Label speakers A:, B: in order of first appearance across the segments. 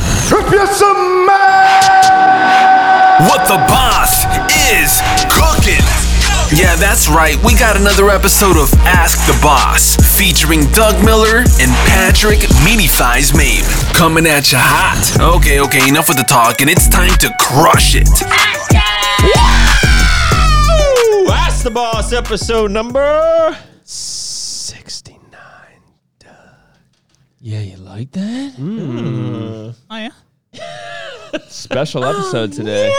A: It's a man.
B: What the boss is cooking. Yeah, that's right. We got another episode of Ask the Boss featuring Doug Miller and Patrick Meatyfies Mabe coming at you hot. Okay, okay, enough with the talk, and it's time to crush it.
C: Woo! Ask the Boss episode number 69.
D: Yeah, you like that?
E: Oh yeah.
C: Special episode today.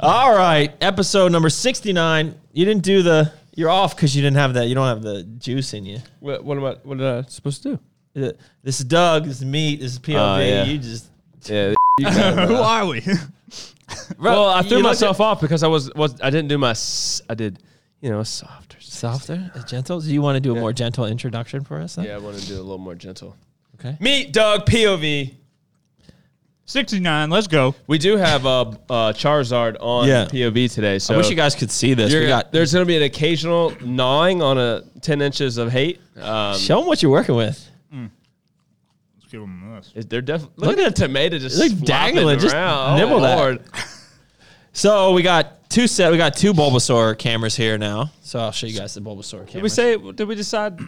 C: All right, episode number 69. You didn't do the, you're off because you didn't have that, you don't have the juice in you.
D: What, what am I? What did I supposed to do?
C: Uh, This is Doug, this is meat, this is POV.
D: Oh, yeah.
C: You just,
D: Yeah. you got it.
E: Who are we?
D: well, I
C: you
D: threw
C: looked
D: myself off because I was was I didn't do my s- I did you know softer.
C: softer, uh, gentle. Do you want to do a more gentle introduction for us?
D: Yeah, I want to do a little more gentle.
C: Okay.
D: Meet Doug POV.
E: 69. Let's go.
D: We do have uh, uh Charizard on
C: Yeah.
D: POV today, so
C: I wish you guys could see this.
D: you're
C: We
D: gonna-
C: got,
D: there's going to be an occasional gnawing on a ten inches of hate. Um,
C: show them what you're working with.
E: Let's give him this.
D: it- they're def- look, at that tomato just
C: look
D: flopping
C: dangling, just
D: around.
C: nibble
D: oh,
C: that.
D: Lord.
C: So we got two set. We got two Bulbasaur cameras here now. So I'll show you guys the Bulbasaur
D: Did we
C: cameras.
D: say? Did we decide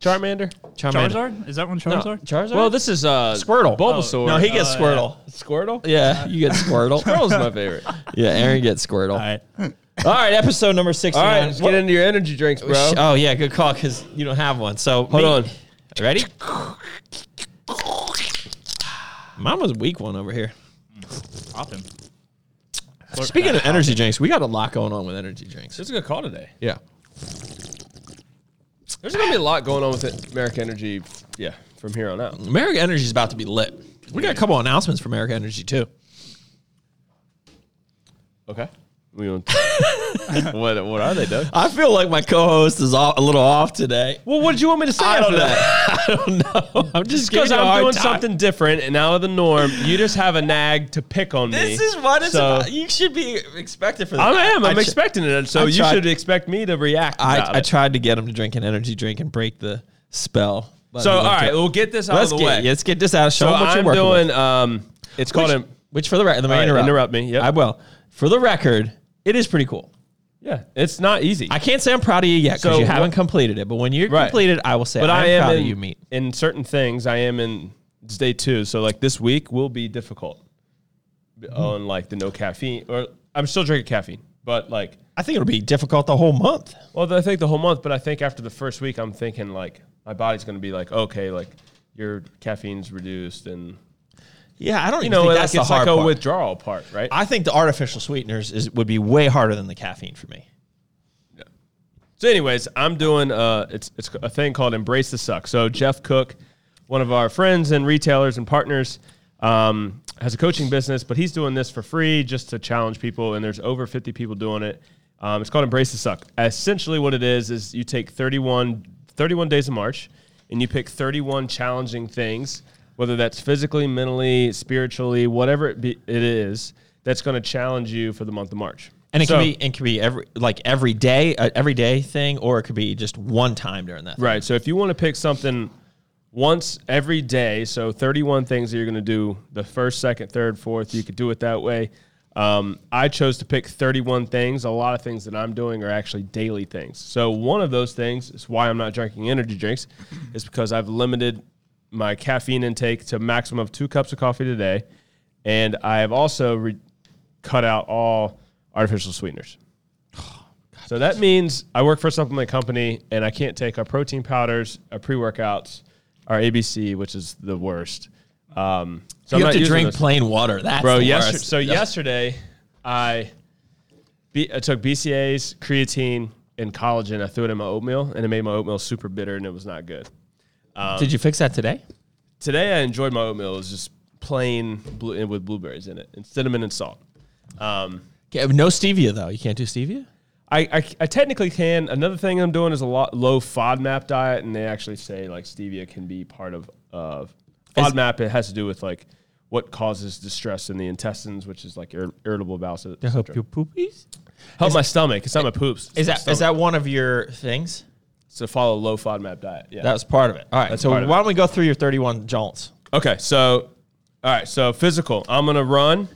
D: Charmander?
C: Charmander.
E: Charizard? Is that one
D: No,
E: Charizard?
C: Charizard?
D: Well, this is uh,
C: Squirtle.
D: Bulbasaur.
C: No, he gets
E: Oh,
C: Squirtle.
D: Squirtle.
C: Yeah. you get Squirtle.
D: Squirtle's my favorite.
C: yeah, Aaron gets Squirtle. All right.
E: Hmm.
C: All right, episode number six.
D: All right, uh, let's get into your energy drinks, bro.
C: Oh yeah, good call because you don't have one. So
D: Hold on.
C: ready? Mine was a weak one over here.
E: Poppin'.
C: Speaking of energy drinks, we got a lot going on with energy drinks.
D: There's a good call today.
C: Yeah.
D: There's gonna be a lot going on with it, American Energy. Yeah, from here on out.
C: America Energy is about to be lit. We got a couple announcements from America Energy too.
D: Okay. We want what? What are they, Doug?
C: I feel like my co-host is off, a little off today.
D: Well, what did you want me to say?
C: I don't
D: after
C: know.
D: that?
C: I don't know. I'm
D: Just
C: just
D: because
C: giving you a
D: I'm
C: hard
D: doing
C: time.
D: something different and out of the norm, you just have a nag to pick on me.
C: This is what it's
D: So-
C: about. You should be expected for this.
D: I am. I'm
C: I tr-
D: expecting it, so
C: I
D: you
C: tried-
D: should expect me to react. about
C: I, I
D: it.
C: tried to get him to drink an energy drink and break the spell. but
D: So
C: he
D: all
C: wouldn't do
D: right,
C: it.
D: we'll get this out
C: let's
D: of the way.
C: get let's get this out. Show
D: So
C: him what
D: I'm
C: you're working
D: doing.
C: with.
D: Um, it's called
C: which,
D: an
C: which for the record, let me
D: All right,
C: interrupt.
D: interrupt me. Yep.
C: I will. For the record, it is pretty cool.
D: Yeah, it's not easy.
C: I can't say I'm proud of you yet because
D: So
C: you haven't
D: what-
C: completed it. But when you're
D: Right.
C: completed, I will say
D: but
C: I'm
D: I am
C: proud
D: in,
C: of you, meat.
D: in certain things. I am in it's day two, so like this week will be difficult
C: Mm-hmm.
D: on like the no caffeine. Or I'm still drinking caffeine, but like
C: I think it'll be difficult the whole month.
D: well, I think the whole month. But I think after the first week, I'm thinking like my body's gonna be like okay, like your caffeine's reduced, and
C: Yeah, I don't
D: you
C: even
D: know,
C: think
D: like,
C: that's the
D: it's
C: hard
D: like a
C: part.
D: withdrawal part, right?
C: I think the artificial sweeteners is would be way harder than the caffeine for me.
D: So, anyways, I'm doing uh, it's it's a thing called Embrace the Suck. So Jeff Cook, one of our friends and retailers and partners, um, has a coaching business, but he's doing this for free just to challenge people. And there's over 50 people doing it. Um, it's called Embrace the Suck. Essentially, what it is is you take 31 31 days of March, and you pick 31 challenging things, whether that's physically, mentally, spiritually, whatever it, be, it is, that's going to challenge you for the month of March.
C: And it
D: So-
C: can be it can be every like every day uh, everyday thing, or it could be just one time during that.
D: Right. So if you want to pick something once every day, so 31 things that you're going to do the first, second, third, fourth, you could do it that way. Um, I chose to pick 31 things. A lot of things that I'm doing are actually daily things. So one of those things is why I'm not drinking energy drinks, is because I've limited my caffeine intake to a maximum of two cups of coffee today, and I have also re- cut out all artificial sweeteners.
C: Oh,
D: So that means I work for a supplement company and I can't take our protein powders, uh, our pre workouts, our ABC, which is the worst. Um, so
C: you
D: I'm
C: have
D: not
C: to
D: using
C: drink
D: those.
C: plain water. That's
D: bro.
C: the
D: Yesterday,
C: worst.
D: so yesterday, I, B, I took BCA's, creatine, and collagen. I threw it in my oatmeal and it made my oatmeal super bitter and it was not good.
C: Did you fix that today?
D: Today I enjoyed my oatmeal. It was just plain blue, with blueberries in it and cinnamon and salt. Um,
C: Okay, no stevia though. You can't do stevia.
D: I, I, I technically can. Another thing I'm doing is a lot low FODMAP diet, and they actually say like stevia can be part of of
C: Is-
D: FODMAP. It has to do with like what causes distress in the intestines, which is like ir- irritable bowel sy- syndrome. Help,
C: poopies.
D: my stomach. It's not my poops. It's
C: Is
D: my
C: that is
D: stomach.
C: that one of your things?
D: to follow low FODMAP diet? Yeah.
C: That was part of it. All right.
D: That's
C: so
D: part
C: why
D: of it.
C: don't we go through your 31 jaunts?
D: okay. So All right, so physical. I'm gonna run.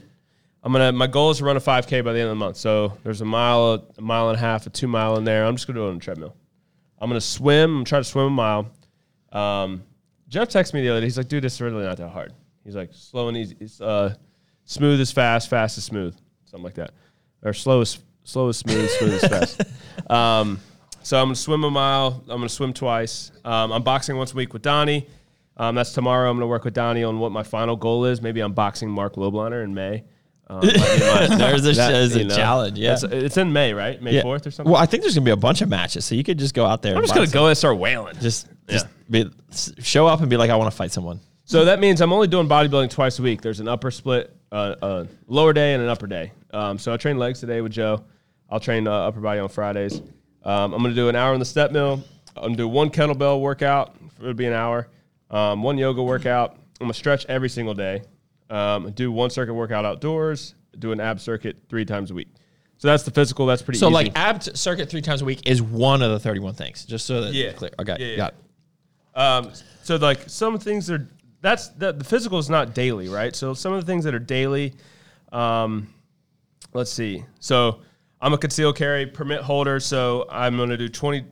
D: I'm gonna. My goal is to run a 5K by the end of the month. So there's a mile, a mile and a half, a two mile in there. I'm just gonna do it on a treadmill. I'm gonna swim. I'm trying to swim a mile. Um, Jeff texted me the other day. He's like, "Dude, it's really not that hard." He's like, "Slow and easy. It's, uh, smooth is fast. Fast is smooth. Something like that, or slow is slow is smooth. smooth is fast." Um, so I'm gonna swim a mile. I'm gonna swim twice. Um, I'm boxing once a week with Donnie. Um, that's tomorrow. I'm gonna work with Donnie on what my final goal is. Maybe I'm boxing Mark Lobliner in May. Um, might be my-
C: There's a,
D: that,
C: there's
D: you
C: a
D: know,
C: challenge. Yeah.
D: It's, it's in May, right? May
C: Yeah.
D: fourth or something.
C: Well, I think there's gonna be a bunch of matches, so you could just go out there.
D: I'm just gonna go and start wailing.
C: Just, just
D: Yeah.
C: be, s- show up and be like, I want to fight someone.
D: So that means I'm only doing bodybuilding twice a week. There's an upper split, uh, a lower day, and an upper day. Um, so I train legs today with Joe. I'll train uh, upper body on Fridays. Um, I'm going to do an hour on the step mill. I'm going to do one kettlebell workout. It'll be an hour. Um, one yoga workout. I'm going to stretch every single day. Um, do one circuit workout outdoors. Do an ab circuit three times a week. So that's the physical. That's pretty
C: So
D: easy.
C: like ab t- circuit three times a week is one of the 31 things. Just so that
D: Yeah.
C: it's clear. Okay.
D: Yeah, yeah.
C: Got it.
D: Um, so like some things are that's the, the physical is not daily, right? So some of the things that are daily, um, let's see. So I'm a conceal carry permit holder, so I'm going to do 20,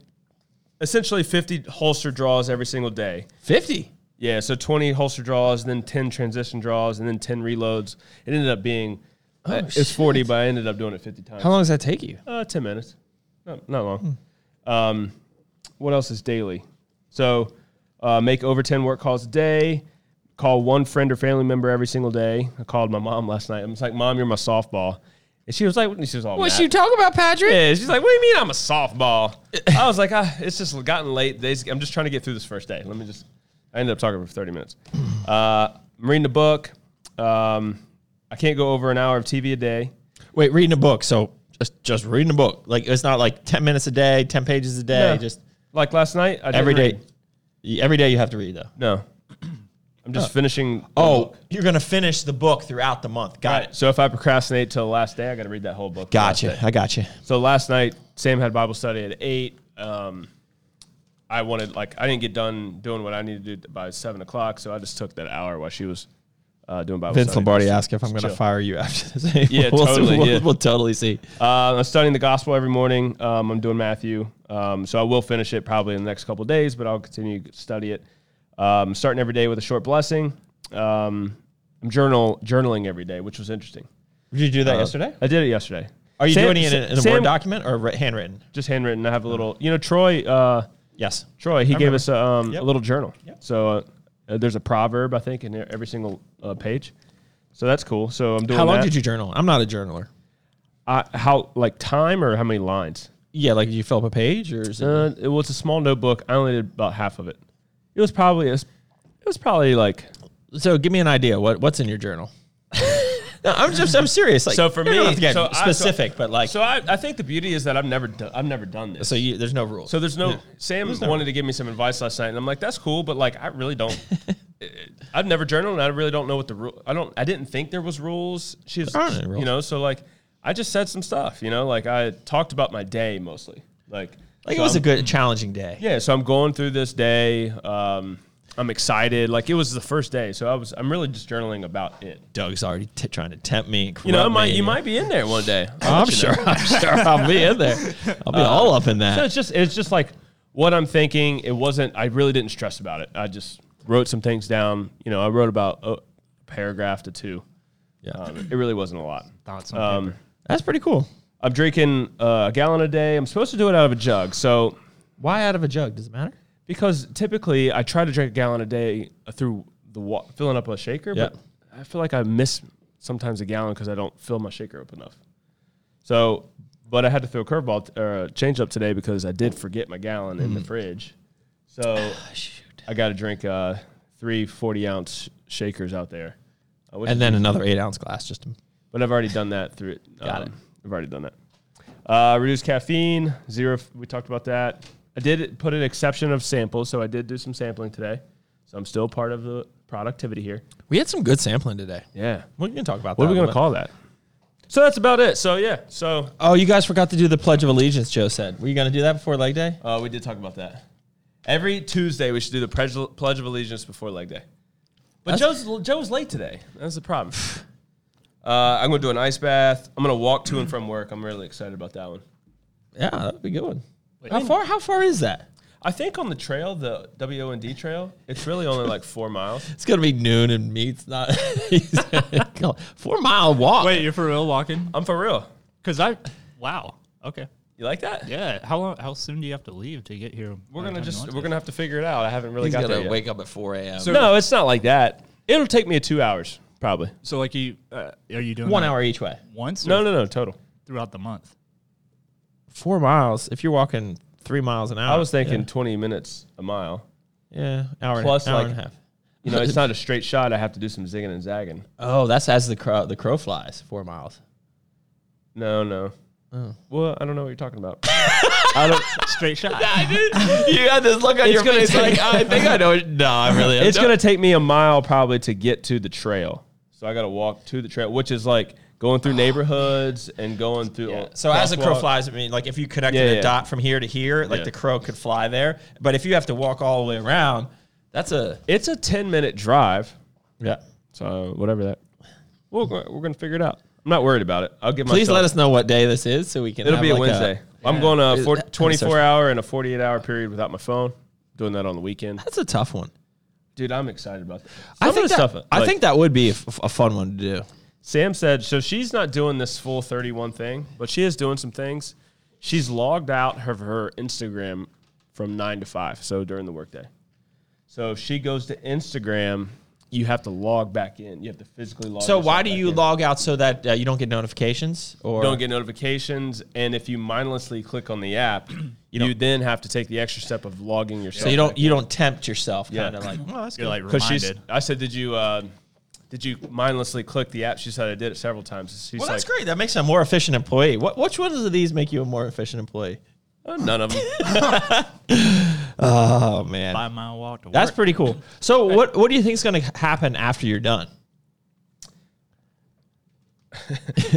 D: essentially 50 holster draws every single day.
C: 50.
D: Yeah, so 20 holster draws, then 10 transition draws, and then 10 reloads. It ended up being uh, it's 40, but I ended up doing it 50 times.
C: How long does that take you?
D: Uh, ten minutes, not, not long. Um, what else is daily? So, uh, make over ten work calls a day. Call one friend or family member every single day. I called my mom last night. I was like, "Mom, you're my softball," and she was like, "She was all mad.
C: talking about, Patrick?
D: Yeah, she's like, "What do you mean I'm a softball?" I was like, ah, "It's just gotten late. They- I'm just trying to get through this first day. Let me just." I ended up talking for 30 minutes. Uh, I'm reading the book. Um, I can't go over an hour of TV a day.
C: Wait, reading a book. So just just reading a book. Like it's not like 10 minutes a day, 10 pages a day.
D: No.
C: Just
D: Like last night, I didn't
C: every day.
D: read.
C: Y- Every day you have to read though.
D: No. I'm just finishing.
C: Oh, you're gonna finish the book throughout the month. Got
D: right. So if I procrastinate till the last day, I got to read that whole book.
C: Gotcha.
D: Last day.
C: I gotcha.
D: So last night, Sam had Bible study at eight. Um, I wanted like I didn't get done doing what I needed to do by seven o'clock, so I just took that hour while she was uh, doing Bible
C: Vince
D: study.
C: Lombardi asked if I'm
D: Just
C: gonna
D: chill.
C: fire you after this.
D: Yeah,
C: we'll,
D: totally,
C: We'll,
D: yeah.
C: we'll totally see.
D: Uh, I'm studying the gospel every morning. Um, I'm doing Matthew, um, so I will finish it probably in the next couple of days, but I'll continue to study it. Um, starting every day with a short blessing. Um, I'm journal journaling every day, which was interesting.
C: Did you do that
D: Uh,
C: yesterday?
D: I did it yesterday.
C: Are you
D: Sam-
C: doing it in a, in a
D: Sam-
C: Word document or writ- handwritten?
D: Just handwritten. I have a little. You know, Troy. Uh,
C: Yes.
D: Troy. He gave
C: remember.
D: us a, um,
C: Yep.
D: a little journal.
C: Yep.
D: So uh, uh, there's a proverb I think in e- every single uh, page. So that's cool. So I'm doing.
C: How long
D: that.
C: did you journal? I'm not a journaler.
D: I, how like time or how many lines?
C: Yeah, like you fill up a page or is it?
D: Uh, it was a small notebook. I only did about half of it. It was probably it was, it was probably like
C: so give me an idea. What what's in your journal? no, I'm just I'm serious. Like
D: so for
C: you don't have
D: me
C: to get
D: so I- so-
C: specific, but like
D: so
C: so,
D: I, I think the beauty is that I've never done I've never done this.
C: you there's no rules.
D: So there's no Sam wanted to give me some advice last night, and I'm like, that's cool, but like I really don't. eh, I've never journaled, and I really don't know what the rule. I don't. I didn't think there was rules. She's,
C: There aren't any rules.
D: you know, so like I just said some stuff, you know, like I talked about my day mostly, like
C: like
D: so
C: it was
D: I'm-
C: a good challenging day.
D: yeah. So I'm going through this day. Um, I'm excited. Like it was the first day, so I was. I'm really just journaling about it.
C: Doug's already t- trying to tempt me. and
D: You know, I
C: corrupt
D: might.
C: me.
D: You might be Uh, in there one day. I'll
C: I'm
D: let you know.
C: sure. I'm sure I'll be in there. I'll be all up in
D: So
C: that.
D: it's just it's just like what I'm thinking. It wasn't. I really didn't stress about it. I just wrote some things down. You know, I wrote about a paragraph to two.
C: Yeah.
D: Um, it really wasn't a lot.
E: Thoughts on
D: Um,
E: paper.
C: That's pretty cool.
D: I'm drinking uh, a gallon a day. I'm supposed to do it out of a jug. So
C: Why out of a jug? Does it matter?
D: because typically I try to drink a gallon a day through the wa- filling up a shaker,
C: Yeah.
D: but I feel like I miss sometimes a gallon because I don't fill my shaker up enough. So, but I had to throw a curveball t- or a change up today because I did forget my gallon in the
C: Mm.
D: fridge. So I got to drink uh, three 40 ounce shakers out there. I wish-
C: And then another eight ounce glass. Just to,
D: but I've already done that through it.
C: Got it.
D: I've already done that. Uh, reduce caffeine, zero. f- We talked about that. I did put an exception of samples, so I did do some sampling today. So I'm still part of the productivity here.
C: we had some good sampling today.
D: Yeah.
C: We're gonna talk about
D: What
C: that.
D: are we
C: in
D: going
C: a
D: to
C: bit.
D: call that? So that's about it. So yeah. So
C: Oh, you guys forgot to do the Pledge of Allegiance. Joe said. Were you gonna do that before leg day?
D: uh, we did talk about that. Every Tuesday, we should do the Pledge Pledge of Allegiance before leg day. But Joe's Joe was late today. That's the problem. uh, I'm gonna do an ice bath. I'm gonna walk to and from work. I'm really excited about that one.
C: Yeah, that'd be a good one. how far? How far is that?
D: I think on the trail, the W O N D trail, it's really only like four miles.
C: It's gonna be noon and meat's not four mile walk.
E: Wait, you're for real walking?
D: I'm for real.
E: Because Uh, I. Wow. Okay.
D: You like that?
E: Yeah. How long? How soon do you have to leave to get here?
D: We're gonna just we're gonna have to figure it out. I haven't really
C: he's
D: got
C: gonna
D: there yet.
C: wake up at four a.m.
D: no, it's not like that. It'll take me two hours probably.
E: So like you, uh, are you doing
C: one
E: that
C: hour each way.
E: once?
D: No,
E: or
D: no, no, total.
E: Throughout the month.
C: Four miles. If you're walking three miles an hour,
D: I was thinking 20 minutes a mile.
C: yeah, hour
D: Plus,
C: and, hour
D: like-
C: and a half.
D: You know, it's not a straight shot. I have to do some zigging and zagging.
C: Oh, that's as the crow the crow flies. Four miles.
D: No, no.
C: Oh.
D: Well, I don't know what you're talking about. I don't.
E: Straight shot.
C: you had this look on
D: your face like,
C: I think I know. No, I really.
D: It's gonna take me a mile probably to get to the trail. So I got to walk to the trail, which is like going through neighborhoods and going through.
C: So as the crow
D: crosswalk.
C: flies, I mean, like if you connected
D: Yeah,
C: a
D: yeah.
C: dot from here to here, like
D: Yeah.
C: the crow could fly there. But if you have to walk all the way around, that's a
D: it's a 10 minute drive.
C: yeah.
D: So whatever that, we're going, we're going to figure it out. I'm not worried about it. I'll give
C: Please
D: myself-
C: let us know what day this is so we can.
D: It'll
C: have
D: be a
C: like
D: Wednesday. I'm going a four,
C: Is- I'm
D: 24
C: sorry.
D: hour and a 48 hour period without my phone. Doing that on the weekend,
C: that's a tough one.
D: dude. I'm excited about that.
C: I
D: Some
C: think
D: of the
C: that,
D: stuff.
C: I
D: like,
C: think that would be a, f- a fun one to do.
D: Sam said so. She's not doing this full 31 thing, but she is doing some things. She's logged out of her Instagram from nine to five, so during the workday. So if she goes to Instagram, you have to log back in. You have to physically log.
C: So
D: yourself
C: why do
D: back
C: you
D: in.
C: log out so that uh, you don't get notifications or
D: don't get notifications, and if you mindlessly click on the app, you, then have to take the extra step of logging yourself.
C: so you don't you don't tempt yourself kind of
D: Yeah.
C: like well, that's
E: You're
C: good."
E: like
D: because she's.
E: reminded.
D: I said, did you uh, did you mindlessly click the app? She said I did it several times. She's
C: well that's
D: like,
C: great that makes a more efficient employee. What which ones of these make you a more efficient employee?
D: "Oh, none of them.
C: Oh man,
E: Five mile walk to
C: that's
E: work.
C: pretty cool. So what what do you think is going to happen after you're done?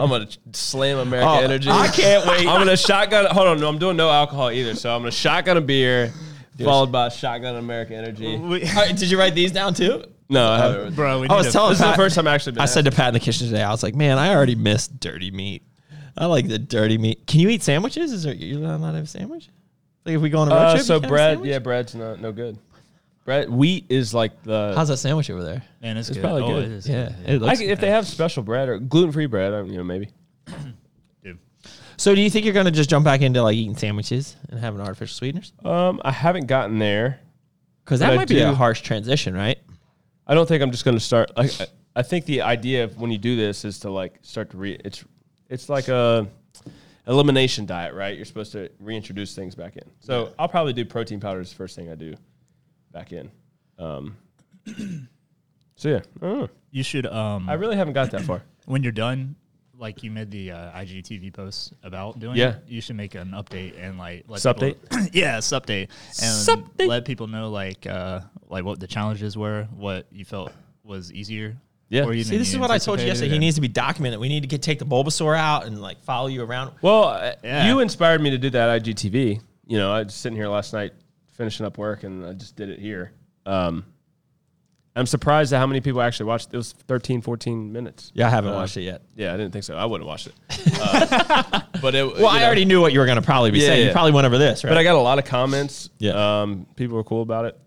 D: I'm gonna slam American
C: Oh,
D: Energy.
C: I can't wait.
D: I'm gonna shotgun. Hold on, no, I'm doing no alcohol either. So I'm gonna shotgun a beer, followed by shotgun American Energy.
E: We-
C: All right, did you write these down too?
D: No, I haven't.
E: bro. We
C: I
E: need
C: was
E: to-
C: telling
D: This is the
C: Pat-
D: first time I actually. Been
C: I said to Pat in the kitchen today, I was like, man, I already missed dirty meat. I like the dirty meat. Can you eat sandwiches? Is there you not allowed to have a sandwich? Like if we go on a road
D: Uh,
C: trip,
D: so
C: you can't have a
D: bread,
C: sandwich?
D: yeah, bread's not no good. Bread wheat is like the.
C: How's that sandwich over there?
E: Man, it's, good.
D: probably
E: oh,
D: good.
E: It is
C: Yeah,
E: good.
C: it
D: I
C: looks.
D: c- if they have special bread or gluten free bread, I don't, you know maybe.
E: Dude.
C: so, do you think you're gonna just jump back into like eating sandwiches and having artificial sweeteners?
D: Um, I haven't gotten there.
C: Because that
D: I
C: might be a
D: do-
C: harsh transition, right?
D: I don't think I'm just gonna start. I, I- I think the idea of when you do this is to like start to re. It's it's like a elimination diet, right? You're supposed to reintroduce things back in. So I'll probably do protein powders first thing I do back in. Um, so yeah, I, don't know.
E: You should. Um,
D: I really haven't got that far.
E: when you're done, like you made the uh, IGTV post about doing
D: Yeah.
E: it, you should make an update and like let
D: Supdate?
E: people- yeah, update, and
C: Supdate.
E: let people know like uh, like what the challenges were, what you felt was easier.
D: Yeah.
E: or even
C: See, this is what I told you yesterday.
E: anticipated,
C: He
E: and-
C: needs to be documented. We need to get, take the Bulbasaur out and like follow you around.
D: Well, uh
E: Yeah.
D: you inspired me to do that IGTV. You know, I was sitting here last night finishing up work, and I just did it here. Um, I'm surprised at how many people actually watched. It was 13, 14 minutes.
C: Yeah, I haven't
D: Uh,
C: watched it yet.
D: Yeah, I didn't think so. I wouldn't watch it. Uh, but it.
C: Well, I already knew what you were gonna probably be
D: Yeah,
C: saying. You
D: yeah.
C: probably went over this, right?
D: But I got a lot of comments.
C: Yeah.
D: Um, people were cool about it.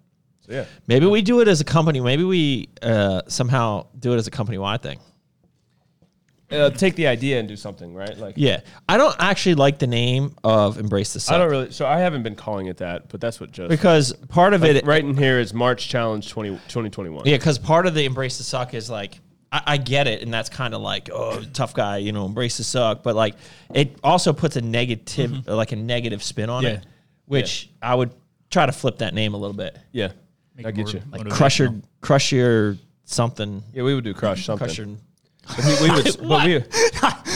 D: So yeah.
C: Maybe we do it as a company. Maybe we uh, somehow do it as a company wide thing.
D: Uh, take the idea and do something, right? Like.
C: Yeah, I don't actually like the name of Embrace the Sun
D: I don't really. So I haven't been calling it that, but that's what Joe. said.
C: because part of it,
D: Right in here is March Challenge 20, 2021.
C: yeah, because part of the Embrace the Suck is like I, I get it, and that's kind of like oh tough guy, you know, Embrace the Suck, but like it also puts a negative, like a negative spin on it,
D: Mm-hmm. Yeah.
C: which I would try to flip that name a little bit,
D: Yeah.
E: Make
D: I
E: it
D: get
E: more
D: you.
E: motivational.
C: crush your, crush your something,
D: Yeah, we would do crush something.
C: crush your.
D: We, we would, but we,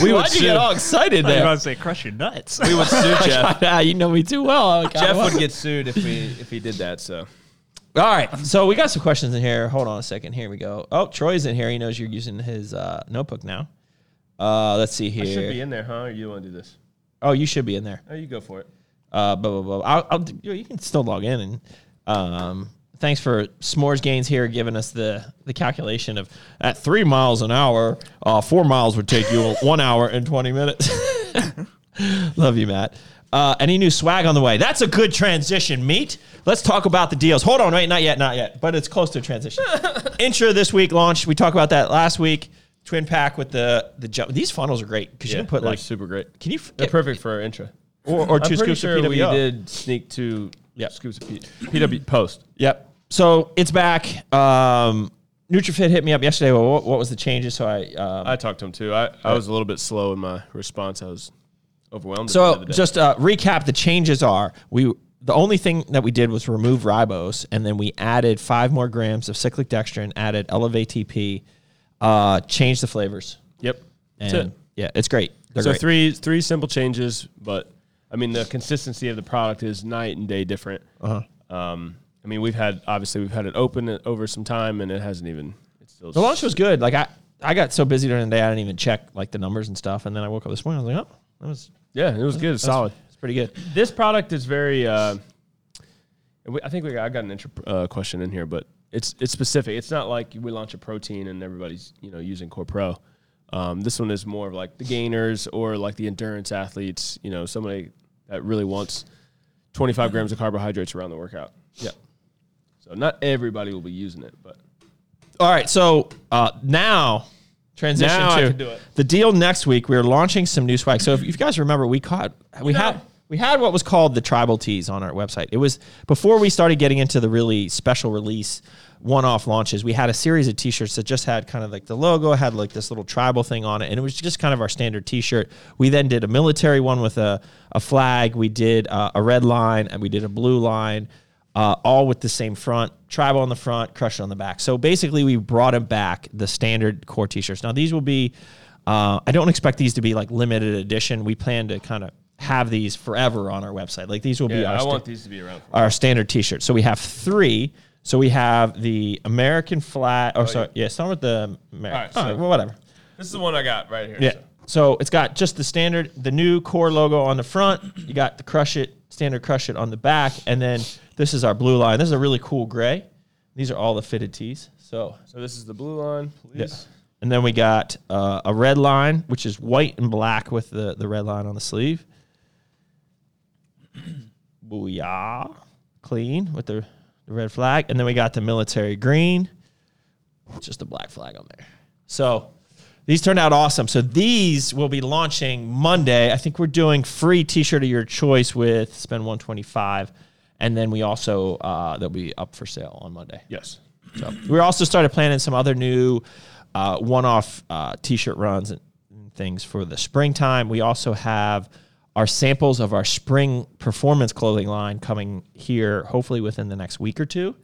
D: we would
C: Why'd you
D: sue.
C: get all excited
E: I was
C: there?
E: about to say crush your nuts.
D: We would sue Jeff.
C: Ah, you know me too well. Okay,
D: Jeff
C: well.
D: would get sued if we if he did that. So
C: All right. So we got some questions in here. Hold on a second. Here we go. Oh, Troy's in here. He knows you're using his uh, notebook now. Uh, let's see here.
D: should be in there, huh? Or you want to do this?
C: oh, you should be in there.
D: Oh, you go for it.
C: Uh, blah, blah, blah. I'll, I'll, you can still log in. And um, thanks for S'mores Gains here giving us the the calculation of at three miles an hour, uh, four miles would take you one hour and twenty minutes. Love you, Matt. Uh, any new swag on the way? That's a good transition, meet. Let's talk about the deals. Hold on, wait, not yet, not yet, but it's close to a transition. Intra this week launch. We talked about that last week. Twin pack with the the jump. These funnels are great because you can put
D: they're
C: like
D: super great.
C: Can you
D: They're
C: get-
D: perfect for intra.
C: or, or
D: I'm
C: two
D: pretty
C: scoops
D: sure
C: of PWO.
D: we did sneak two
C: Yep.
D: scoops of P- PW post.
C: Yep. So it's back. Um, NutriFit hit me up yesterday. Well, what, what was the changes? So I. Um,
D: I talked to him too. I, I was a little bit slow in my response. I was overwhelmed. at the end
C: so
D: of the day.
C: just uh, recap. The changes are we. The only thing that we did was remove ribose, and then we added five more grams of cyclic dextrin, added Elevate TP, uh, changed the flavors.
D: yep.
C: And
D: That's it.
C: yeah, it's great. They're
D: So
C: great.
D: three three simple changes, but I mean the consistency of the product is night and day different.
C: Uh-huh.
D: Uh huh. Um, I mean we've had obviously we've had it open it over some time and it hasn't even it's still
C: The launch was good. Like I, I got so busy during the day, I didn't even check like the numbers and stuff. And then I woke up this morning, I was like, oh, that was
D: yeah it was good it's solid.
C: It's pretty good.
D: This product is very. Uh, we- I think we got, I got an intro uh, question in here, but it's it's specific. It's not like we launch a protein and everybody's you know using Corpro. Um, this one is more of like the gainers or like the endurance athletes. You know, somebody that really wants 25 grams of carbohydrates around the workout. Yeah. So not everybody will be using it, but
C: All right, so uh, now transition
D: Now I
C: to
D: can do it.
C: the deal next week. We're launching some new swag. So if you guys remember, we caught we had we had what was called the tribal tees on our website. It was before we started getting into the really special release one-off launches. We had a series of T-shirts that just had kind of like the logo had like this little tribal thing on it, and it was just kind of our standard T-shirt. We then did a military one with a a flag. We did uh, a red line, and we did a blue line uh, all with the same front, tribal on the front, crush on the back. So basically, we brought them back the standard core t-shirts. Now these will be, uh, I don't expect these to be like limited edition. We plan to kind of have these forever on our website. Like these will be.
D: yeah,
C: Our
D: I
C: sta-
D: want these to be around. For
C: our standard T-shirt. So we have three. So we have the American flag. Oh, sorry. Yeah, start with the American.
D: Alright, so-
C: well, whatever.
D: this is the one I got right here.
C: Yeah. So it's got just the standard, the new core logo on the front. You got the crush it standard crush it on the back, and then this is our blue line. This is a really cool gray. These are all the fitted tees. So
D: So this is the blue line, please.
C: and then we got uh, a red line, which is white and black with the, the red line on the sleeve. Booyah. Clean with the, the red flag. And then we got the military green, just a black flag on there. So these turned out awesome. So these will be launching Monday. I think we're doing free t shirt of your choice with spend 125 And then we also, uh, they'll be up for sale on Monday.
D: Yes.
C: So we also started planning some other new uh, one-off uh, t-shirt runs and and things for the springtime. We also have our samples of our spring performance clothing line coming here, hopefully within the next week or two.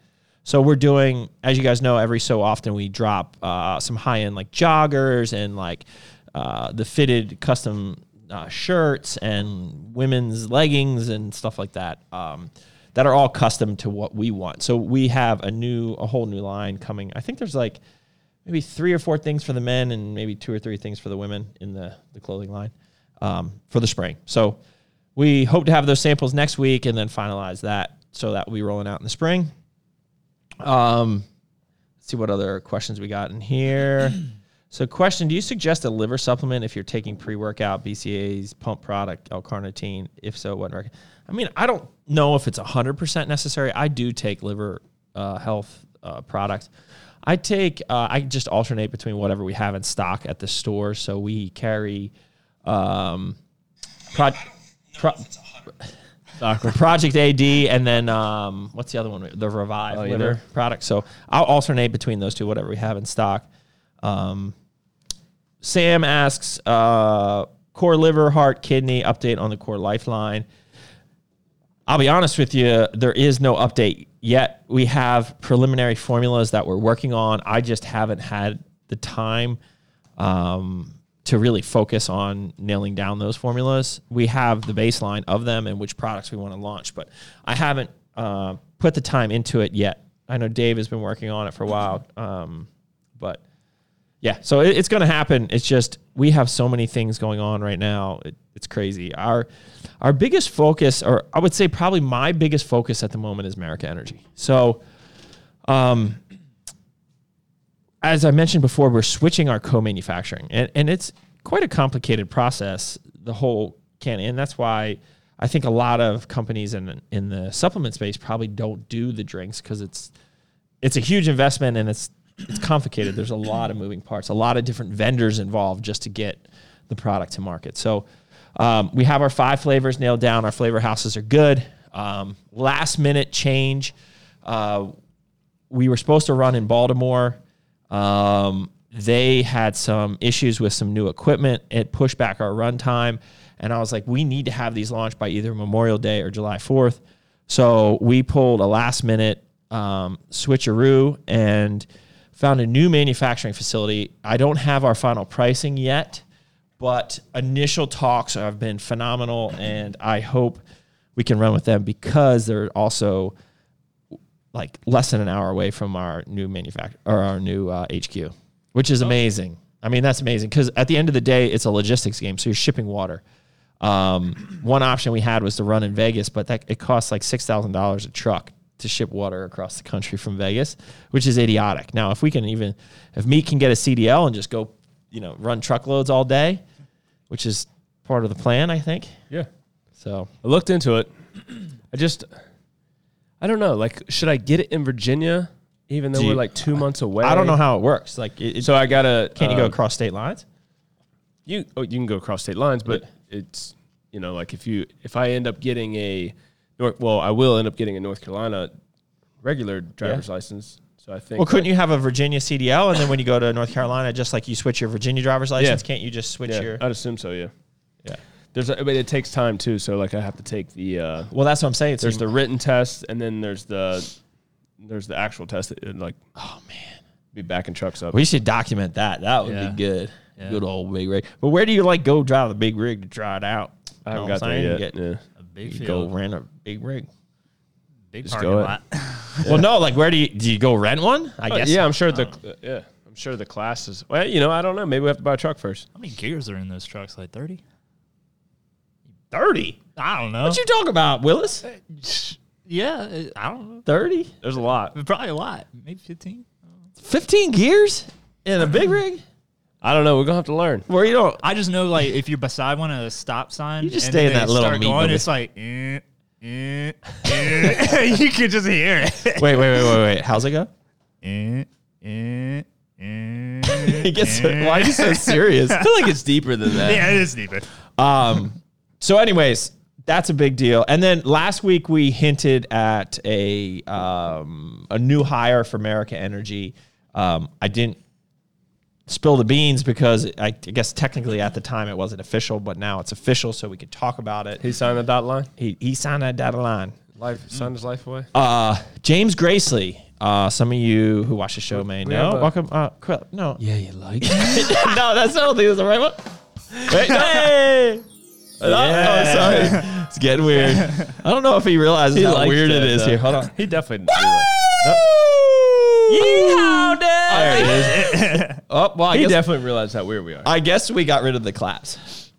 C: So we're doing, as you guys know, every so often we drop uh, some high-end like joggers and like uh, the fitted custom uh, shirts and women's leggings and stuff like that um, that are all custom to what we want. So we have a new, a whole new line coming. I think there's like maybe three or four things for the men and maybe two or three things for the women in the, the clothing line um, for the spring. So we hope to have those samples next week and then finalize that so that will be rolling out in the spring. Um, let's see what other questions we got in here. so, question: Do you suggest a liver supplement if you're taking pre-workout BCAAs, pump product, L-carnitine? If so, what? rec- I mean, I don't know if it's hundred percent necessary. I do take liver uh, health uh, products. I take. Uh, I just alternate between whatever we have in stock at the store. So we carry. Um, pro- pro- Project AD, and then um, what's the other one? The Revive liver product. So I'll alternate between those two, whatever we have in stock. Um, Sam asks uh, core liver, heart, kidney update on the core lifeline. I'll be honest with you, there is no update yet. We have preliminary formulas that we're working on. I just haven't had the time um, to really focus on nailing down those formulas. We have the baseline of them and which products we want to launch, but I haven't uh, put the time into it yet. I know Dave has been working on it for a while, um, but yeah, so it, it's going to happen. It's just we have so many things going on right now. It, it's crazy. Our our biggest focus, or I would say probably my biggest focus at the moment, is America Energy. So as I mentioned before, we're switching our co-manufacturing, and, and it's quite a complicated process. The whole can, and that's why I think a lot of companies in in the supplement space probably don't do the drinks because it's it's a huge investment and it's it's complicated. There's a lot of moving parts, a lot of different vendors involved just to get the product to market. So um, we have our five flavors nailed down. Our flavor houses are good. Um, last minute change. Uh, we were supposed to run in Baltimore. Um, they had some issues with some new equipment. It pushed back our run time. And I was like, we need to have these launched by either Memorial Day or July 4th. So we pulled a last minute um, switcheroo and found a new manufacturing facility. I don't have our final pricing yet, but initial talks have been phenomenal. And I hope we can run with them because they're also like less than an hour away from our new manufacturer or our new uh, HQ, which is amazing. I mean, that's amazing because at the end of the day, it's a logistics game. So you're shipping water. Um, one option we had was to run in Vegas, but that it costs like six thousand dollars a truck to ship water across the country from Vegas, which is idiotic. Now, if we can even if Meat can get a CDL and just go, you know, run truckloads all day, which is part of the plan, I think.
D: Yeah.
C: So
D: I looked into it. I just, I don't know. Like, should I get it in Virginia, even though
C: Do you-
D: we're like two months away?
C: I don't know how it works. Like, it, it-
D: So I gotta.
C: can't you go
D: um,
C: across state lines?
D: You oh, you can go across state lines, but it's you know like if you if I end up getting a, North, well I will end up getting a North Carolina regular driver's license. So I think.
C: Well, couldn't you have a Virginia CDL and then when you go to North Carolina, just like you switch your Virginia driver's license, can't you just switch
D: Yeah, Uh,
C: your?
D: I'd assume so. Yeah.
C: Yeah.
D: There's, a, but it takes time too. So like I have to take the. Uh,
C: Well, that's what I'm saying. It's
D: there's the written test, and then there's the, there's the actual test. That, uh, like, oh man, be backing trucks up.
C: we should document that. That would
E: Yeah.
C: be good.
E: Yeah.
C: Good old big rig. But where do you like go drive the big rig to try it out?
D: I haven't
C: Know what
D: got there
C: I'm saying?
D: yet.
C: You get-
D: yeah.
E: A big
C: you
E: field,
C: go rent a big rig.
E: big
D: just
E: parking
D: go
E: lot.
C: Well, no, like where do you do you go rent one? I
D: Uh,
C: guess.
D: yeah, I'm sure the uh, yeah, I'm sure the classes. Well, you know, I don't know. Maybe we have to buy a truck first.
E: How many gears are in those trucks? Like thirty?
C: thirty.
E: I don't know.
C: What you talking about, Willis?
E: yeah, uh, I don't know.
C: Thirty?
D: There's a lot.
E: Probably a lot. Maybe fifteen.
C: Fifteen gears in a big rig?
D: I don't know. We're gonna have to learn.
C: Where you don't?
E: I just know like if you're beside one at a stop sign,
C: You just
E: and
C: stay in
E: they
C: that little
E: start
C: meat
E: going,
C: movie.
E: It's like eh, eh, eh. you could just hear it.
C: Wait, wait, wait, wait, wait. How's it go?
E: Eh, eh, eh,
C: He gets.
E: eh.
C: Why are you so serious?
D: I feel like it's deeper than that.
E: Yeah, it is deeper.
C: Um, so, anyways, that's a big deal. And then last week we hinted at a um, a new hire for America Energy. Um, I didn't spill the beans because I, I guess technically at the time it wasn't official, but now it's official, so we could talk about it.
D: He signed the dot line.
C: He, he signed that dotted line.
D: Life signed his life away.
C: Uh, James Gracely. Uh, some of you who watch the show may know.
D: have a-
C: Welcome. Uh, Quill. No.
D: yeah, you like.
C: no, that's not the right one. Wait, no. Oh, sorry. It's getting weird. I don't know if he realizes how
D: likes
C: weird it
D: that,
C: is
D: though.
C: here. Hold on.
D: he definitely. Didn't do that.
C: Yeehaw, Dad. There it is. Oh, well, I
D: He
C: guess,
D: definitely realized how weird we are.
C: I guess we got rid of the claps.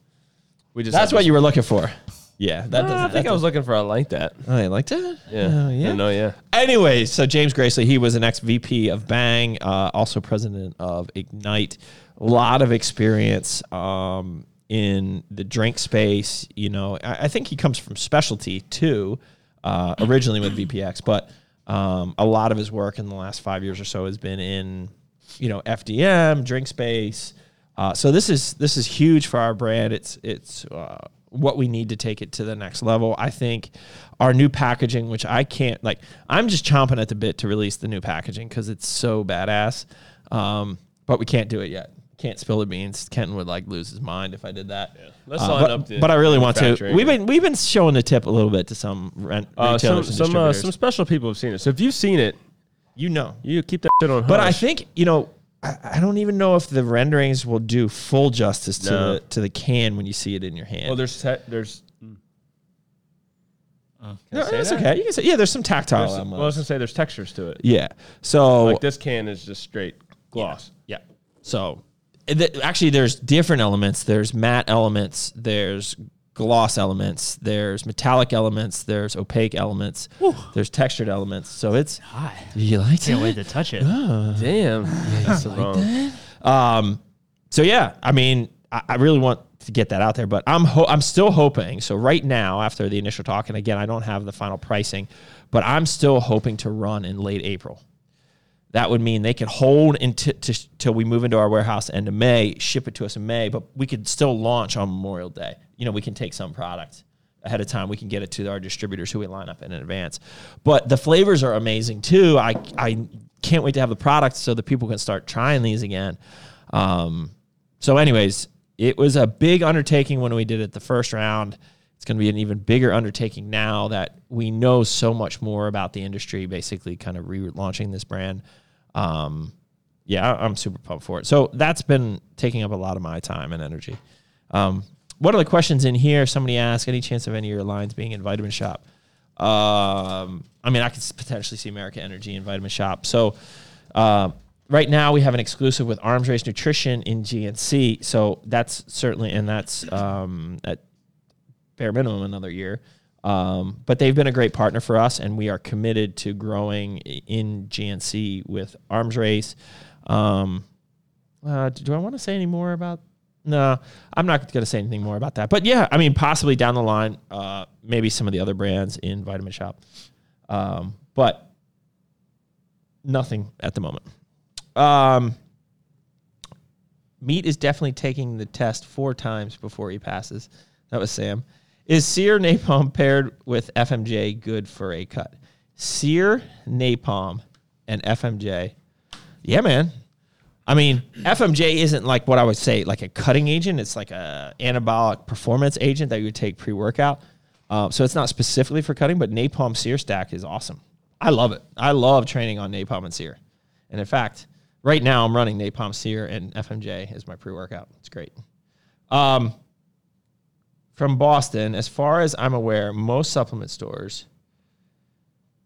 D: We just.
C: That's what you were looking for. Yeah, that doesn't.
D: I think I was looking for. I like that.
C: Oh, you liked it?
D: Yeah.
C: Oh,
D: I
C: yeah.
D: know. Yeah.
C: Anyway, so James Gracely, he was an ex VP of Bang, uh, also president of Ignite. A lot of experience um, in the drink space. You know, I, I think he comes from specialty too, uh, originally with VPX, but um, a lot of his work in the last five years or so has been in, you know, FDM, drink space. Uh, so this is this is huge for our brand. It's it's uh, what we need to take it to the next level. I think our new packaging, which I can't like, I'm just chomping at the bit to release the new packaging because it's so badass. Um, but we can't do it yet. Can't spill the beans. Kenton would like lose his mind if I did that.
D: Let's
C: Uh,
D: line
C: but,
D: up the
C: but I really want to.
D: manufacturing.
C: We've been we've been showing the tip a little bit to some rent
D: Uh,
C: retailers
D: some
C: and
D: some uh,
C: distributors.
D: some special people have seen it. So if you've seen it,
C: you know,
D: you keep that shit on.
C: but I
D: hush.
C: think you know. I I don't even know if the renderings will do full justice to
D: No.
C: the to the can when you see it in your hand.
D: Well, there's te- there's. Can I
C: No,
D: say
C: that's
D: that?
C: okay. You can say yeah. There's some tactile
D: There's- well, I was
C: elements.
D: gonna say there's textures to it.
C: yeah. So
D: Like this can is just straight gloss.
C: yeah. So th- actually, there's different elements. There's matte elements. There's gloss elements, there's metallic elements, there's opaque elements, there's textured elements. So it's
E: Hot.
C: you like
E: Can't
C: it?
E: wait to touch it.
D: Damn. That's wrong.
C: So yeah, I mean, I, I really want to get that out there, but I'm ho- I'm still hoping. So right now, after the initial talk, and again, I don't have the final pricing, but I'm still hoping to run in late April. That would mean they could hold until to, till we move into our warehouse end of May, ship it to us in May, but we could still launch on Memorial Day. You know, we can take some product ahead of time. We can get it to our distributors who we line up in advance. But the flavors are amazing too. I I can't wait to have the product so that people can start trying these again. Um, so, anyways, it was a big undertaking when we did it the first round. It's going to be an even bigger undertaking now that we know so much more about the industry, basically, kind of relaunching this brand. Um, yeah, I- I'm super pumped for it. So, that's been taking up a lot of my time and energy. Um, what are the questions in here? Somebody asked, any chance of any of your lines being in Vitamin Shop? Um, I mean, I could s- potentially see America Energy in Vitamin Shop. So, uh, right now we have an exclusive with Arms Race Nutrition in GNC. So that's certainly, and that's um, at bare minimum another year. Um, but they've been a great partner for us, and we are committed to growing i- in GNC with Arms Race. Um, uh, do do I want to say any more about? No, I'm not going to say anything more about that. But yeah, I mean, possibly down the line, uh, maybe some of the other brands in Vitamin Shop, um, but nothing at the moment. Um, Meat is definitely taking the test four times before he passes. That was Sam. Is sear napalm paired with FMJ good for a cut? Sear napalm and FMJ. Yeah, man. I mean, FMJ isn't like what I would say like a cutting agent. It's like a anabolic performance agent that you would take pre workout. Um, so it's not specifically for cutting, but napalm sear stack is awesome. I love it. I love training on napalm and sear. And in fact, right now I'm running napalm sear and FMJ as my pre workout. It's great. Um, from Boston, as far as I'm aware, most supplement stores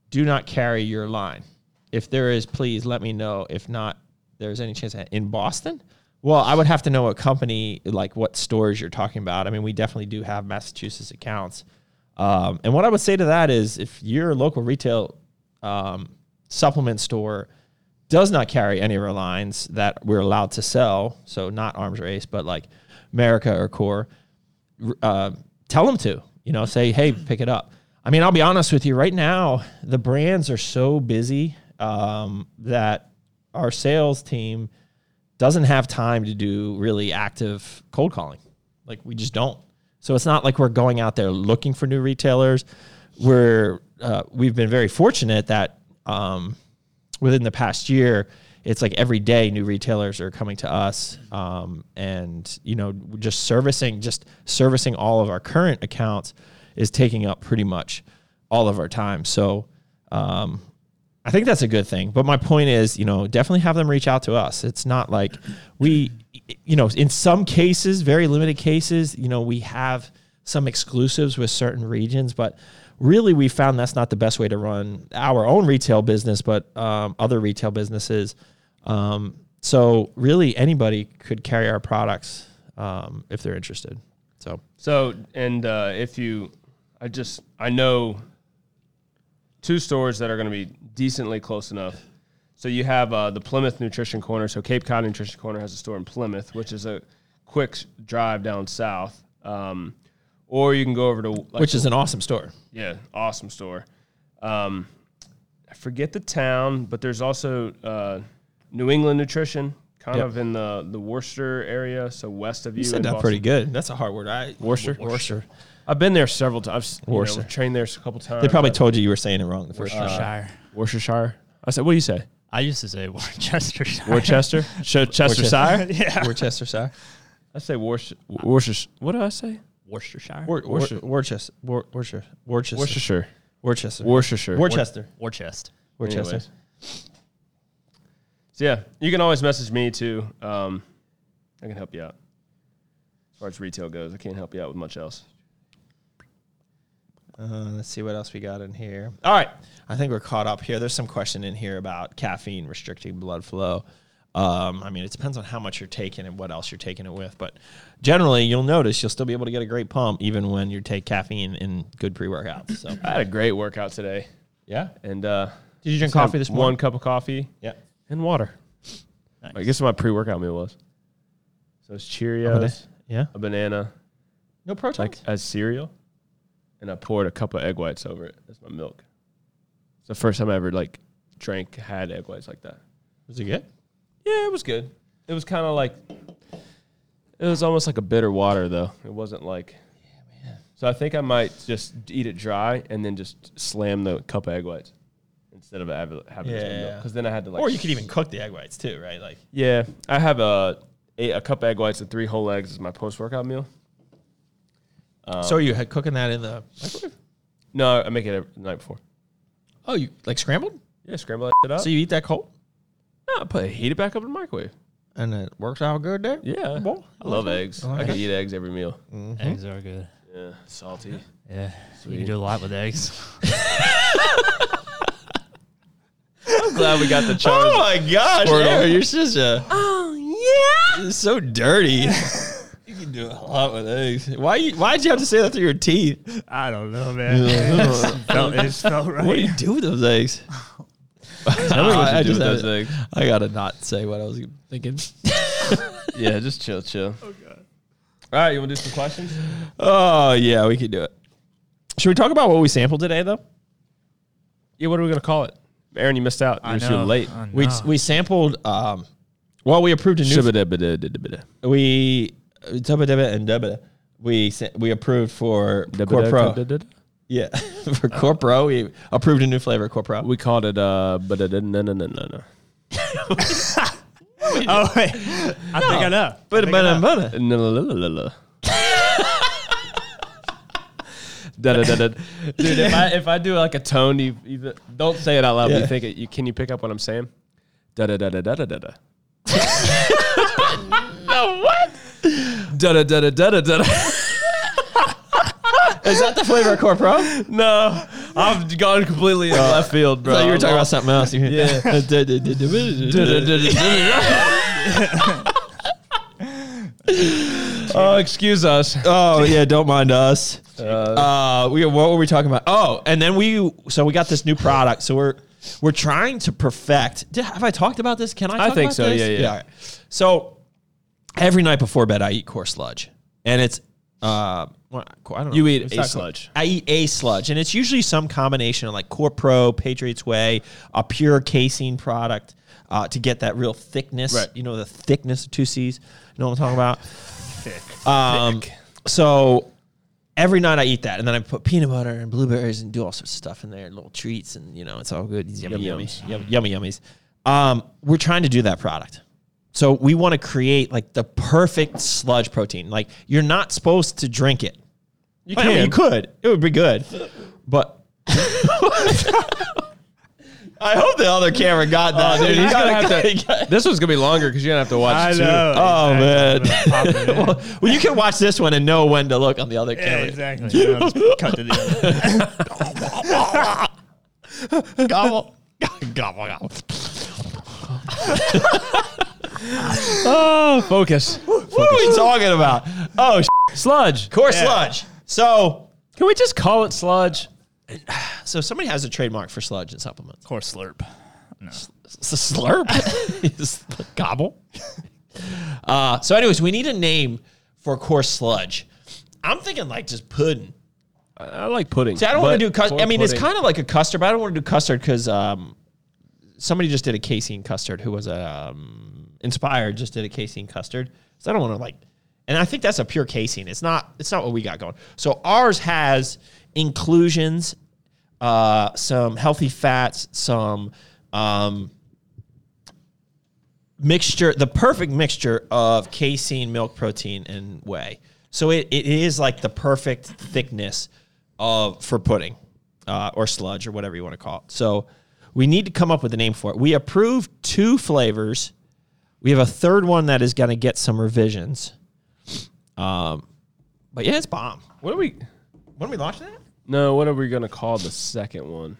C: do not carry your line. If there is, please let me know. If not, there's any chance in Boston. Well, I would have to know what company, like what stores you're talking about. I mean, we definitely do have Massachusetts accounts. Um, and what I would say to that is if your local retail um, supplement store does not carry any of our lines that we're allowed to sell, so not Arms Race, but like America or Core, uh, tell them to, you know, say, hey, pick it up. I mean, I'll be honest with you. Right now, the brands are so busy um, that our sales team doesn't have time to do really active cold calling. Like we just don't. So it's not like we're going out there looking for new retailers. We're uh, we've been very fortunate that um, within the past year, it's like every day new retailers are coming to us, um, and you know, just servicing just servicing all of our current accounts is taking up pretty much all of our time. So um, I think that's a good thing. But my point is, you know, definitely have them reach out to us. It's not like we, you know, in some cases, very limited cases, you know, we have some exclusives with certain regions, but really we found that's not the best way to run our own retail business, but um, other retail businesses. Um, so really anybody could carry our products um, if they're interested. So
D: So, and uh, if you, I just, I know two stores that are going to be decently close enough. So you have uh, the Plymouth Nutrition Corner. So Cape Cod Nutrition Corner has a store in Plymouth, which is a quick s- drive down south. Um, or you can go over to like,
C: which is an awesome store.
D: yeah, awesome store. Um, I forget the town, but there's also uh, New England Nutrition, kind
C: Yep.
D: of in the the Worcester area, so west of you.
C: You said
D: in
C: that
D: Boston.
C: pretty good. That's a hard word. I Worcester. Worcester.
D: I've been there several times. I've you know,
C: Worcester.
D: trained there a couple times.
C: They probably told you you were saying it wrong the first time.
E: Worcestershire.
D: Worcestershire. I said, what do you say?
E: I used to say Worcestershire.
D: Worcester? Chestershire?
E: yeah.
C: Worcester, sir.
D: I say Worcester. Worcester. What did I say?
E: Worcestershire.
C: Wor- Wor-
D: Worcester.
C: Worcester. Wor- Worcester. Worcester. Worcester.
D: Worcestershire.
C: Worcester.
D: Worcestershire.
C: Worcester.
E: Worcester.
C: Worcester.
D: Anyways. So yeah, you can always message me too. Um, I can help you out. As far as retail goes, I can't help you out with much else.
C: Uh, let's see what else we got in here. All right. I think we're caught up here. There's some question in here about caffeine restricting blood flow. Um, I mean, it depends on how much you're taking and what else you're taking it with, but generally, you'll notice you'll still be able to get a great pump even when you take caffeine and good pre workouts. So,
D: I had a great workout today,
C: yeah,
D: and uh,
C: Did you
D: just
C: drink
D: had
C: coffee this morning?
D: One cup of coffee
C: yeah.
D: and water. I guess what my pre-workout meal was. So it's Cheerios,
C: Yeah.
D: a banana,
C: No protein.
D: like as cereal, and I poured a cup of egg whites over it as my milk. It's the first time I ever like drank had egg whites like that.
C: was it good?
D: Yeah, it was good. It was kind of like it was almost like a bitter water though. It wasn't like So I think I might just eat it dry and then just slam the cup of egg whites instead of having having it as my
C: Yeah.
D: milk because then I had to like
C: Or you could even cook the egg whites too, right? Like,
D: yeah, I have a a, a cup of egg whites and three whole eggs as my post workout meal.
C: so are you had cooking that in the?
D: No, I make it every, the night before.
C: Oh, you like scrambled?
D: Yeah, scramble that shit up.
C: So you eat that cold,
D: no, I put heat it back up in the microwave.
C: and it works out good there. Oh
D: Yeah,
C: Well,
D: I love eggs. I can
C: Okay.
D: eat eggs every meal.
C: Hmm?
E: Eggs are good.
D: Yeah, salty.
E: Yeah, you can do a lot with eggs.
D: I'm glad we got the charge.
C: my gosh,
D: Squirtle.
C: Aaron, you're such a. Oh yeah. so dirty. you can do a lot with eggs. Why? You, why'd you have to say that through your teeth?
E: I don't know, man. it, felt, it just felt
C: What do
E: right.
C: you do with those eggs?
D: Tell me what
C: I
D: you do with
C: just
D: those
C: had it.
D: eggs.
C: I gotta not say what I was thinking.
D: Yeah, just chill, chill. Oh god. All right, you want to do some questions?
C: Oh yeah, we could do it. Should we talk about what we sampled today, though?
D: Yeah, what are we gonna call it? Aaron, you missed out.
E: I
D: You're too
E: know,
D: late.
E: I
C: We
E: know.
C: we sampled. Um, well, we approved a new
D: Shubba-dabba-da-da-da-da.
C: we dubba dubba and dubba. We sa- we approved for Core Pro.
D: Dabba-da-da-da-da.
C: Yeah, for Core Pro, we approved a new flavor Core Pro.
D: We called it uh, but no, no, no, no, no.
E: Oh wait, I think I know.
C: but but but-
E: er
C: but-
D: No, no, no, no, no. Da, da, da, da. Dude, if I if I do like a tone, you, you don't say it out loud. But
C: Yeah.
D: you think it. You, can you pick up what I'm saying? Da da da da da da da da. No what? Da da da da da da da. da.
C: is that the flavor of Core Pro? So
D: No, I've gone completely in left field, bro.
C: you were talking about something else.
D: Yeah.
C: Yeah.
D: Oh, excuse us.
C: oh yeah, don't mind us. Uh, we what were we talking about? Oh, and then we so we got this new product. So we're we're trying to perfect. Did, have I talked about this? Can I? Talk
D: think
C: about
D: so,
C: this?
D: yeah, yeah.
C: all right. So every night before bed, I eat core sludge, and it's uh, well, I don't know.
D: You eat
C: It's
D: a
C: not core-
D: sludge.
C: I eat a sludge, and it's usually some combination of like Core Pro, Patriots Way, a pure casein product uh, to get that real thickness.
D: Right.
C: You know the thickness of two C's. You know what I'm talking about? Um, So every night I eat that, and then I put peanut butter and blueberries and do all sorts of stuff in there, and little treats, and you know it's all good. It's Yummy, yummy,
D: Yums.
C: yum- yummy, yummies. Um, we're trying to do that product, so we want to create like the perfect sludge protein. Like you're not supposed to drink it. You
D: can.
C: you could. It would be good, but. I hope the other camera got that, Oh, dude. He's gonna have to.
D: This one's gonna be longer because you're gonna have to watch.
E: I
D: it, too.
E: know.
C: Oh man!
E: Exactly. Pop it in.
C: well, well, you can watch this one and know when to look on the other
E: Yeah,
C: camera.
E: exactly. You know, just cut to the end.
C: gobble, gobble, gobble.
D: Oh, focus.
C: What are we talking about? Oh,
D: Sludge.
C: core sludge. So,
D: Can we just call it sludge?
C: so somebody has a trademark for sludge and supplements.
E: Core slurp. No.
C: It's a slurp, It's the gobble. Uh, so, anyways, we need a name for core sludge. I'm thinking like just pudding.
D: I, I like pudding.
C: See, I don't want to do. Cus-
D: custard.
C: I mean, it's kind of like a custard, but I don't want to do custard because um, somebody just did a casein custard. Who was um, inspired? Just did a casein custard. So I don't want to like. And I think that's a pure casein. It's not. It's not what we got going. So ours has inclusions, uh, some healthy fats, some um, mixture, the perfect mixture of casein, milk protein, and whey. So it, it is like the perfect thickness of for pudding uh, or sludge or whatever you want to call it. So we need to come up with a name for it. We approved two flavors. We have a third one that is going to get some revisions. Um, but yeah, it's bomb.
D: What are we?
C: When are we launching that?
D: No, what are we gonna call the second one?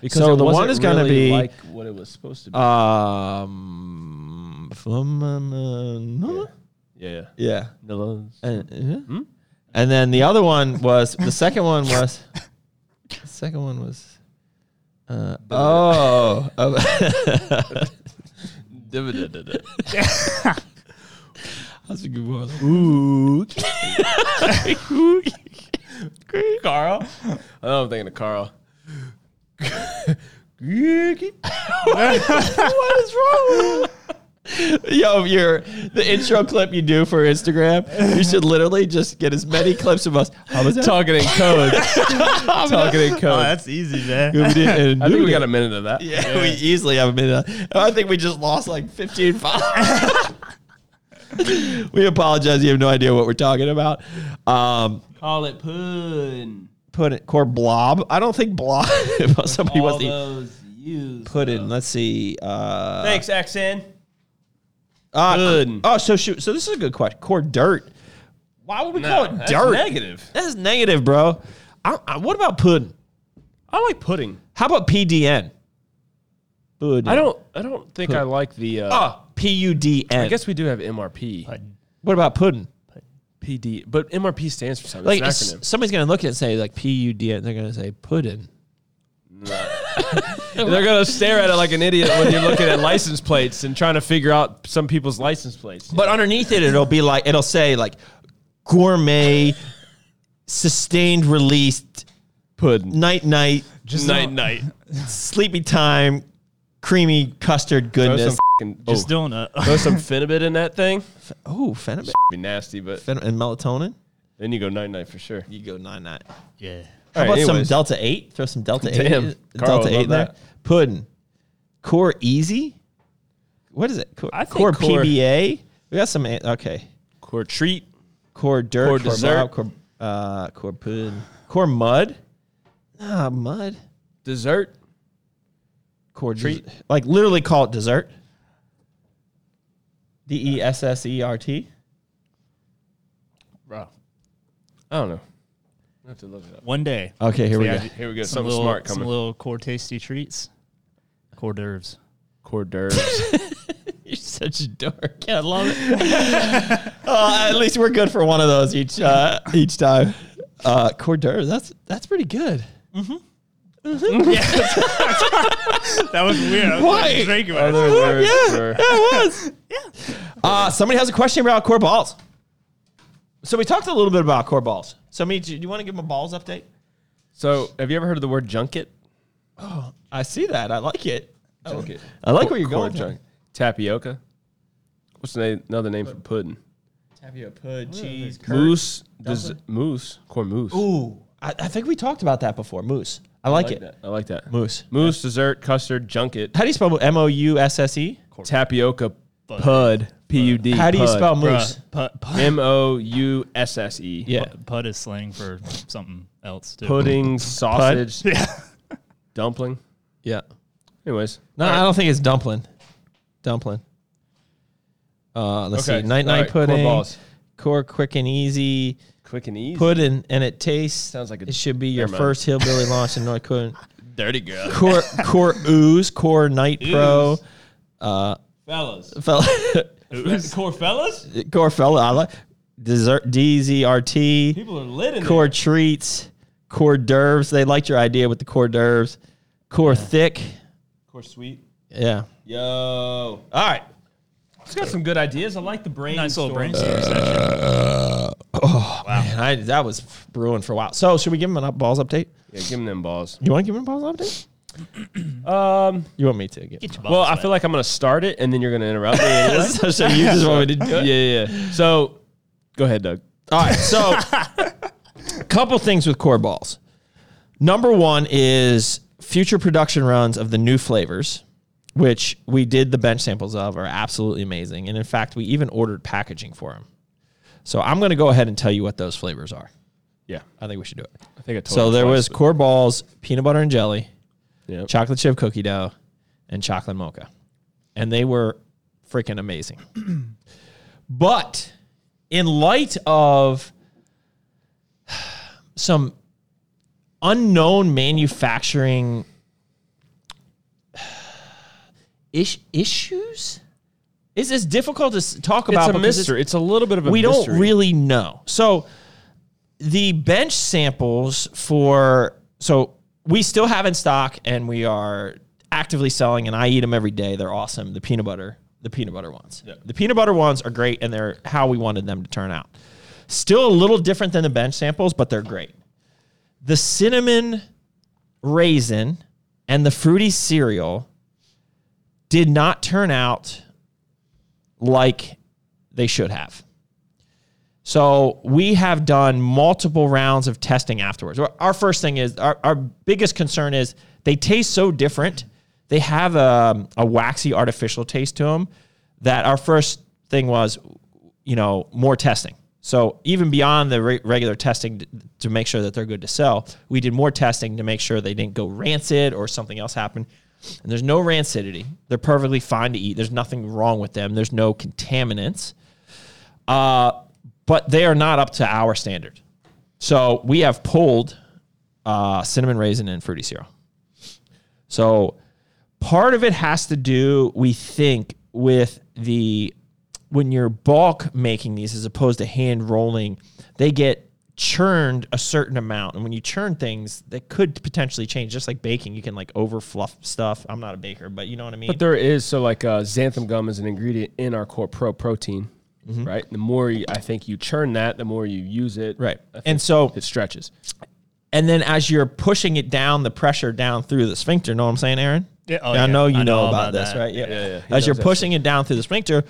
D: Because
C: So
D: it
C: the one
D: wasn't
C: is gonna
D: really
C: be-
D: like what it was supposed to be.
C: Um, phenomenon.
D: yeah.
C: Yeah.
D: No,
C: And, uh-huh.
D: Hmm?
C: and then the other one was the second one was the second one was uh, oh that's a good one.
D: Ooh. Carl. I know I'm thinking of Carl.
C: what is wrong with you? Yo, your the intro clip you do for Instagram, you should literally just get as many clips of us. How was that?
D: Talking in code. Talking in
E: Oh,
D: code.
E: that's easy, man.
C: I
D: I think we got a minute of that.
C: Yeah, we easily have a minute. I think we just lost like 15 followers. we apologize. You have no idea what we're talking about. Um,
E: Call it pun.
C: put it core blob. I don't think blob. somebody wants to
E: those views.
C: put in. Let's see. Uh,
E: Thanks, XN.
C: uh,
D: Good.
C: Oh, so shoot. So this is a good question. Core dirt. Why would we call it
D: that's
C: dirt?
D: negative.
C: That's negative, bro. I, I, what about pudding?
D: I like pudding.
C: How about PDN? Pudding.
D: I don't I don't think I like the uh,
C: Uh, PUDN.
D: I guess we do have MRP.
C: What about pudding?
D: PD. But MRP stands for something.
C: Like
D: Like, it's
C: s-
D: an acronym.
C: somebody's gonna look at it and say like PUDN. They're gonna say pudding.
D: They're gonna stare at it like an idiot when you're looking at license plates and trying to figure out some people's license plates.
C: But underneath it, it'll be like it'll say like gourmet, sustained release,
D: pudding.
C: night night,
E: Just
D: night
E: don't-
D: night.
C: sleepy time, creamy custard
D: Throw some
C: goodness.
D: fing
E: Just doing a.
D: throw some Finibit in that thing.
C: Oh, phenol
D: Be nasty, but
C: and melatonin.
D: then you go night night for sure.
C: You go nine nine.
E: yeah.
C: How
D: All
C: about
D: right,
C: some
D: anyways.
C: Delta Eight? Throw some Delta Eight.
D: Damn.
C: in-
D: Carl would
C: Delta Eight in
D: love
C: there.
D: that.
C: Pudding. Core Easy. What is it? Core,
D: I think
C: core,
D: Core-
C: PBA. We got some. a- Okay.
D: Core treat.
C: Core dirt.
D: Core
C: Core,
D: dessert.
C: blob, core, uh, core pudding. Core mud. Nah, mud.
D: Dessert.
C: Core
D: Treat.
C: treat. like literally call it dessert. D e s s e r t.
E: Bro.
D: I don't know. I have to look it up.
E: One day.
C: Okay, Uh, here we
E: Yeah,
C: go.
D: Here we go.
E: Some
D: Something
E: little,
D: smart
E: some
D: coming.
E: little core tasty treats. Core d'oeuvres.
D: Core d'oeuvres.
C: You're such a dork. I love it. uh, at least we're good for one of those each uh, each time. Uh, core d'oeuvres. That's that's pretty good.
E: That was weird.
C: Why?
E: Drinking
D: Other words were-
C: It was. Uh, somebody has a question about core balls. So we talked a little bit about core balls. So, me, do you want to give them a balls update?
D: So, have you ever heard of the word junket?
C: I see that. I like it.
D: Junket.
C: I like where you're
D: Core
C: going.
D: junk. Tapioca. What's the name, another name for pudding?
C: Tapioca pud, cheese,
D: Moose. Des- moose. Core moose.
C: Ooh, I, I think we talked about that before. Moose. I like,
D: I like
C: it.
D: that. I like that.
C: Moose.
D: Moose, dessert, custard, junket,
C: How do you spell M O U S S E?
D: tapioca, pud, P U D.
C: How do you
D: pud.
C: spell moose?
E: Bruh. Put, put,
D: M O U S S E.
C: Yeah.
E: put is slang for something else, too.
D: Pudding, sausage, dumpling.
C: Yeah.
D: Anyways,
C: No, I don't think it's dumpling. Dumpling. Uh, let's
D: Okay.
C: see. Night
D: All
C: night
D: right, core
C: pudding. Core,
D: balls.
C: quick and easy
D: quick and easy.
C: pudding, and it tastes.
D: Sounds like a-
C: it should be your
D: never mind.
C: first hillbilly launch in North Korea.
D: Dirty girl.
C: Core core ooze, core night pro, Uh,
E: Fellas.
C: fella,
E: Core fellas?
C: core fella. I like dessert D E Z R T.
E: People are lit in
C: core treats, core d'oeuvres. They liked your idea with the core d'oeuvres. Core thick.
D: Core sweet.
C: Yeah.
D: Yo. All right. It's got some good ideas. I like the brain.
E: Nice little
C: Uh,
D: storm.
E: brainstorm session.
C: Man, I, that was brewing for a while. So, should we give him an up balls update?
D: Yeah, give him them balls.
C: You want to give him a balls update? Um, you want me to get?
D: Well, I feel like I'm gonna start it, and then you're gonna interrupt me. anyway.
C: so, so you just want me to do
D: yeah,
C: it?
D: yeah. yeah. So, go ahead, Doug.
C: All right. So, couple things with core balls. Number one is future production runs of the new flavors, which we did the bench samples of are absolutely amazing. And in fact, we even ordered packaging for them. So I'm going to go ahead and tell you what those flavors are.
D: Yeah,
C: I think we should do it.
D: I think I told.
C: So
D: you
C: there
D: twice,
C: was
D: but-
C: core balls, peanut butter and jelly,
D: Yep.
C: chocolate chip cookie dough, and chocolate mocha. And they were freaking amazing. but in light of some unknown manufacturing ish- issues? It's, it's difficult to s- talk about.
D: it's a
C: because
D: mystery. It's, a little bit of a
C: we
D: mystery.
C: don't really know. So the bench samples for so we still have in stock and we are actively selling and I eat them every day. They're awesome. The peanut butter, the peanut butter ones. The peanut butter ones are great and they're how we wanted them to turn out. Still a little different than the bench samples, but they're great. The cinnamon raisin and the fruity cereal did not turn out like they should have. So we have done multiple rounds of testing afterwards. Our- Our first thing is our, our biggest concern is they taste so different. They have a, a waxy artificial taste to them that our first thing was, you know, more testing. So even beyond the re- regular testing to, to make sure that they're good to sell, we did more testing to make sure they didn't go rancid or something else happened. And there's no rancidity. They're perfectly fine to eat. There's nothing wrong with them. There's no contaminants but they are not up to our standard. So we have pulled uh, cinnamon raisin and fruity cereal. So part of it has to do, we think, with the when you're bulk making these as opposed to hand rolling, they get churned a certain amount. And when you churn things, that could potentially change. Just like baking, you can like over fluff stuff. I'm not a baker, but you know what I mean.
D: But there is so like uh, xanthan gum is an ingredient in our core pro protein, right? The more you, I think you churn that, the more you use it,
C: Right.
D: I think
C: And so
D: it stretches.
C: and then as you're pushing it down, the pressure down through the sphincter. Know what I'm saying, Aaron?
E: Yeah, oh,
C: I
E: yeah.
C: know you
E: I
C: know,
E: know all
C: about,
E: about
C: this,
E: that.
C: right? Yeah.
D: yeah, yeah. He
C: As you're
D: knows that
C: pushing it down through the sphincter,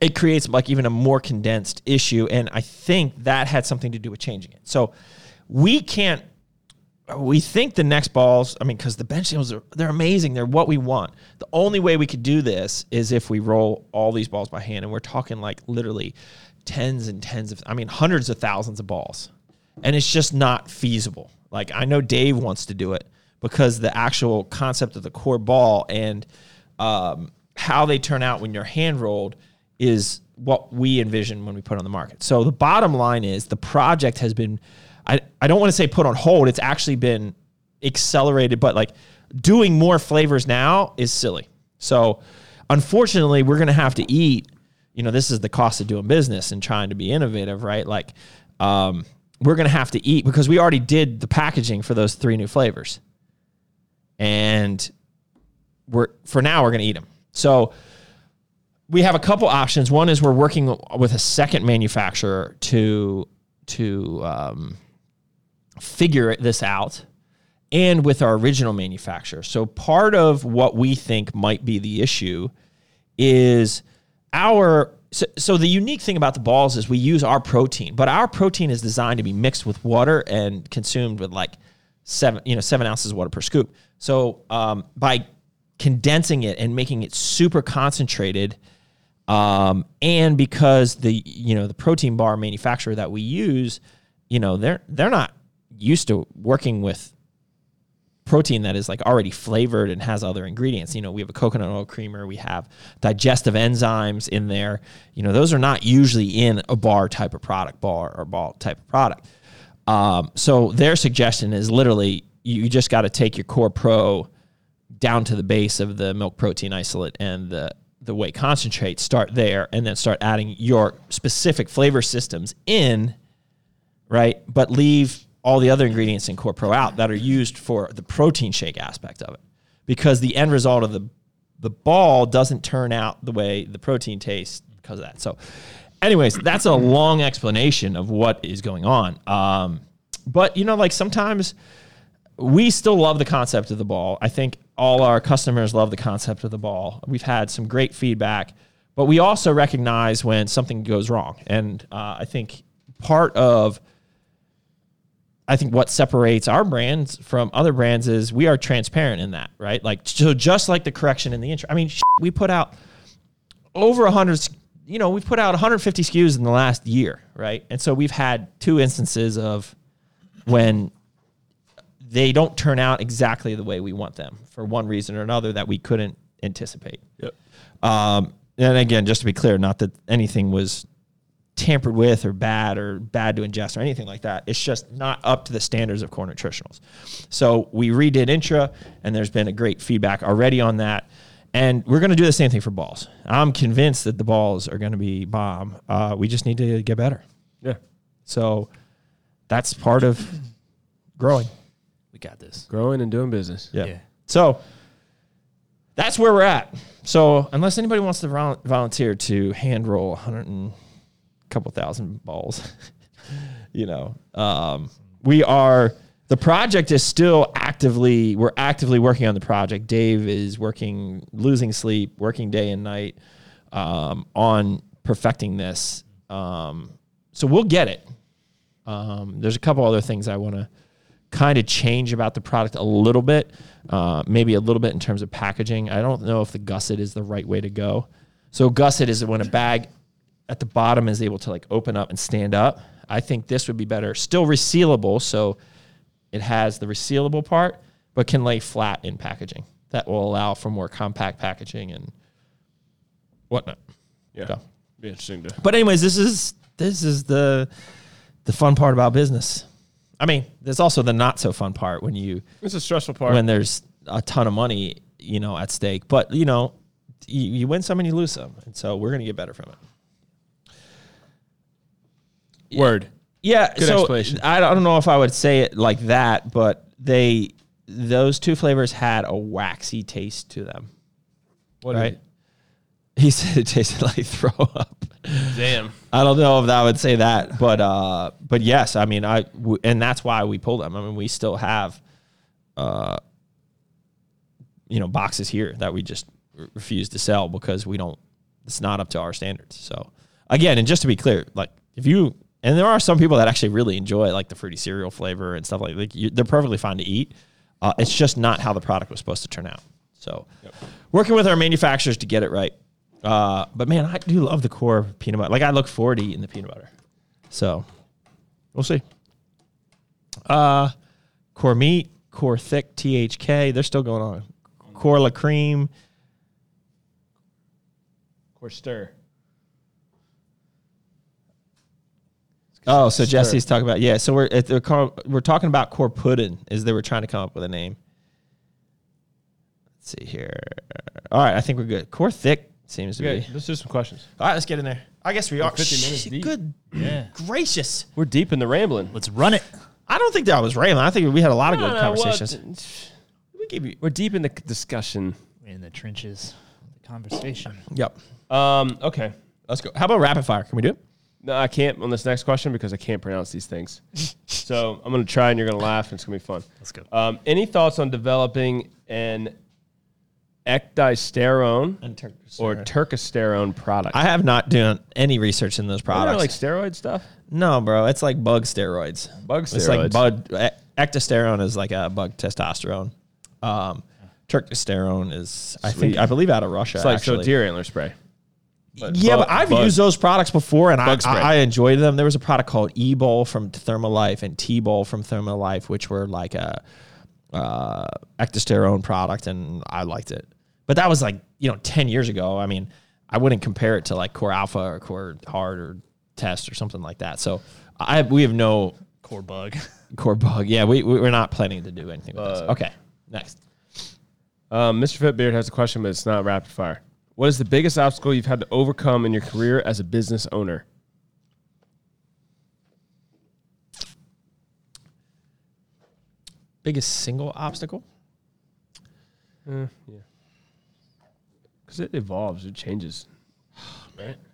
C: it creates like even a more condensed issue, and I think that had something to do with changing it. So we can't. We think the next balls. I mean, because the bench singles are they're amazing. They're what we want. The only way we could do this is if we roll all these balls by hand, and we're talking like literally tens and tens of. I mean, hundreds of thousands of balls and it's just not feasible. Like I know Dave wants to do it because the actual concept of the core ball and um, how they turn out when you're hand rolled is what we envision when we put on the market. So the bottom line is the project has been, I, I don't want to say put on hold. It's actually been accelerated, but like doing more flavors now is silly. So unfortunately, we're going to have to eat. You know, this is the cost of doing business and trying to be innovative, right? Like, um, we're going to have to eat because we already did the packaging for those three new flavors. And we're for now we're going to eat them. So we have a couple options. One is we're working with a second manufacturer to to um, figure this out and with our original manufacturer. So part of what we think might be the issue is our so, so the unique thing about the balls is we use our protein, but our protein is designed to be mixed with water and consumed with like seven you know seven ounces of water per scoop. So um, by condensing it and making it super concentrated, um, and because the you know the protein bar manufacturer that we use, you know they're they're not used to working with protein that is like already flavored and has other ingredients. You know, we have a coconut oil creamer, we have digestive enzymes in there. You know, those are not usually in a bar type of product, bar or ball type of product. Um, so their suggestion is literally you you just got to take your core pro down to the base of the milk protein isolate and the the whey concentrate, start there, and then start adding your specific flavor systems in right? But leave all the other ingredients in Core Pro out that are used for the protein shake aspect of it, because the end result of the the ball doesn't turn out the way the protein tastes because of that. So, anyways, that's a long explanation of what is going on. Um, but you know, like sometimes we still love the concept of the ball. I think all our customers love the concept of the ball. We've had some great feedback, but we also recognize when something goes wrong. And uh, I think part of I think what separates our brands from other brands is we are transparent in that, right? Like so, just like the correction in the intro. I mean, shit, we put out over 100 s- you know we've put out 150 skus in the last year right and so we've had two instances of when they don't turn out exactly the way we want them for one reason or another that we couldn't anticipate
D: Yep.
C: um, and again just to be clear not that anything was tampered with or bad or bad to ingest or anything like that. It's just not up to the standards of core nutritionals. So we redid intra, and there's been a great feedback already on that. And we're going to do the same thing for balls. I'm convinced that the balls are going to be bomb. Uh, we just need to get better.
D: Yeah.
C: So that's part of growing.
E: We got this.
D: Growing and doing business.
C: Yeah.
E: Yeah.
C: So that's where we're at. So unless anybody wants to vol- volunteer to hand roll a hundred and couple thousand balls, you know, um, we are. The project is still actively. We're actively working on the project. Dave is working, losing sleep, working day and night um, on perfecting this. Um, so we'll get it. Um, there's a couple other things I want to kind of change about the product a little bit, uh, maybe a little bit in terms of packaging. I don't know if the gusset is the right way to go. So gusset is when a bag at the bottom is able to like open up and stand up. I think this would be better. Still resealable, so it has the resealable part, but can lay flat in packaging. That will allow for more compact packaging and whatnot.
D: Yeah.
C: So-
D: Be interesting to.
C: but anyways, this is this is the the fun part about business. I mean, there's also the not so fun part when you
D: It's a stressful part.
C: when there's a ton of money, you know, at stake. But you know, you, you win some and you lose some, and so we're gonna get better from it.
D: Word.
C: Yeah,
D: Good
C: so
D: explanation.
C: I don't know if I would say it like that, but they those two flavors had a waxy taste to them,
D: What
C: right? He said it tasted like throw up.
D: Damn.
C: I don't know if that would say that, but uh, but yes, I mean, I w- and that's why we pull them. I mean, we still have, uh, you know, boxes here that we just r- refuse to sell because we don't. It's not up to our standards. So again, and just to be clear, like if you and there are some people that actually really enjoy like the fruity cereal flavor and stuff like like you, they're perfectly fine to eat. Uh, it's just not how the product was supposed to turn out. So working with our manufacturers to get it right. Uh, but man, I do love the core peanut butter. Like I look forward to eating the peanut butter. So we'll see. Uh, core meat, core thick THK. They're still going on. Core la cream.
D: Or stir.
C: Oh, so Jesse's talking about yeah. So we're at the car, we're talking about core pudding. Is they were trying to come up with a name. Let's see here. All right, I think we're good. Core thick seems to
D: Okay,
C: be.
D: let's do some questions.
C: All right, let's get in there. I guess we are.
D: 50 minutes
C: Shit,
D: deep.
C: Good
E: Yeah.
C: gracious!
D: We're deep in the rambling.
E: Let's run it.
C: I don't think that was railing. I think we had a lot of good conversations.
D: We gave you. We're deep in the c- discussion.
E: We're in the trenches. The conversation.
C: Yep.
D: Um. Okay.
C: Let's go. How about rapid fire? Can we do it?
D: No, I can't on this next question because I can't pronounce these things. so I'm gonna try, and you're gonna laugh, and it's gonna be fun.
E: Let's go.
D: Um, any thoughts on developing an ectosterone or turcosterone product?
C: I have not done any research in those
D: Isn't there,
C: products.
D: like steroid stuff.
C: no, bro, it's like bug steroids.
D: Bug
C: It's like
D: steroids.
C: bug. e- Ectosterone is like a bug testosterone. Um, Turkisterone is, I think,
D: Sweet.
C: I believe, out of Russia.
D: It's like so
C: actually.
D: deer antler spray.
C: yeah, but
D: bug-
C: I've
D: bug-
C: used those products before, and I,
D: Bug spray.
C: I, I enjoyed them. There was a product called E-Bowl from Thermalife and T-Bowl from Thermalife, which were like a uh, ectosterone product, and I liked it. But that was like you know ten years ago. I mean, I wouldn't compare it to like Core Alpha or Core Hard or Test or something like that. So I we have no
E: Core bug.
C: Core Bug. Yeah, we we- we're not planning to do anything with this. Okay, next.
D: Um, Mr. Fitbeard has a question, but it's not rapid fire. What is the biggest obstacle you've had to overcome in your career as a business owner?
C: Biggest single obstacle.
D: Because it evolves, it changes.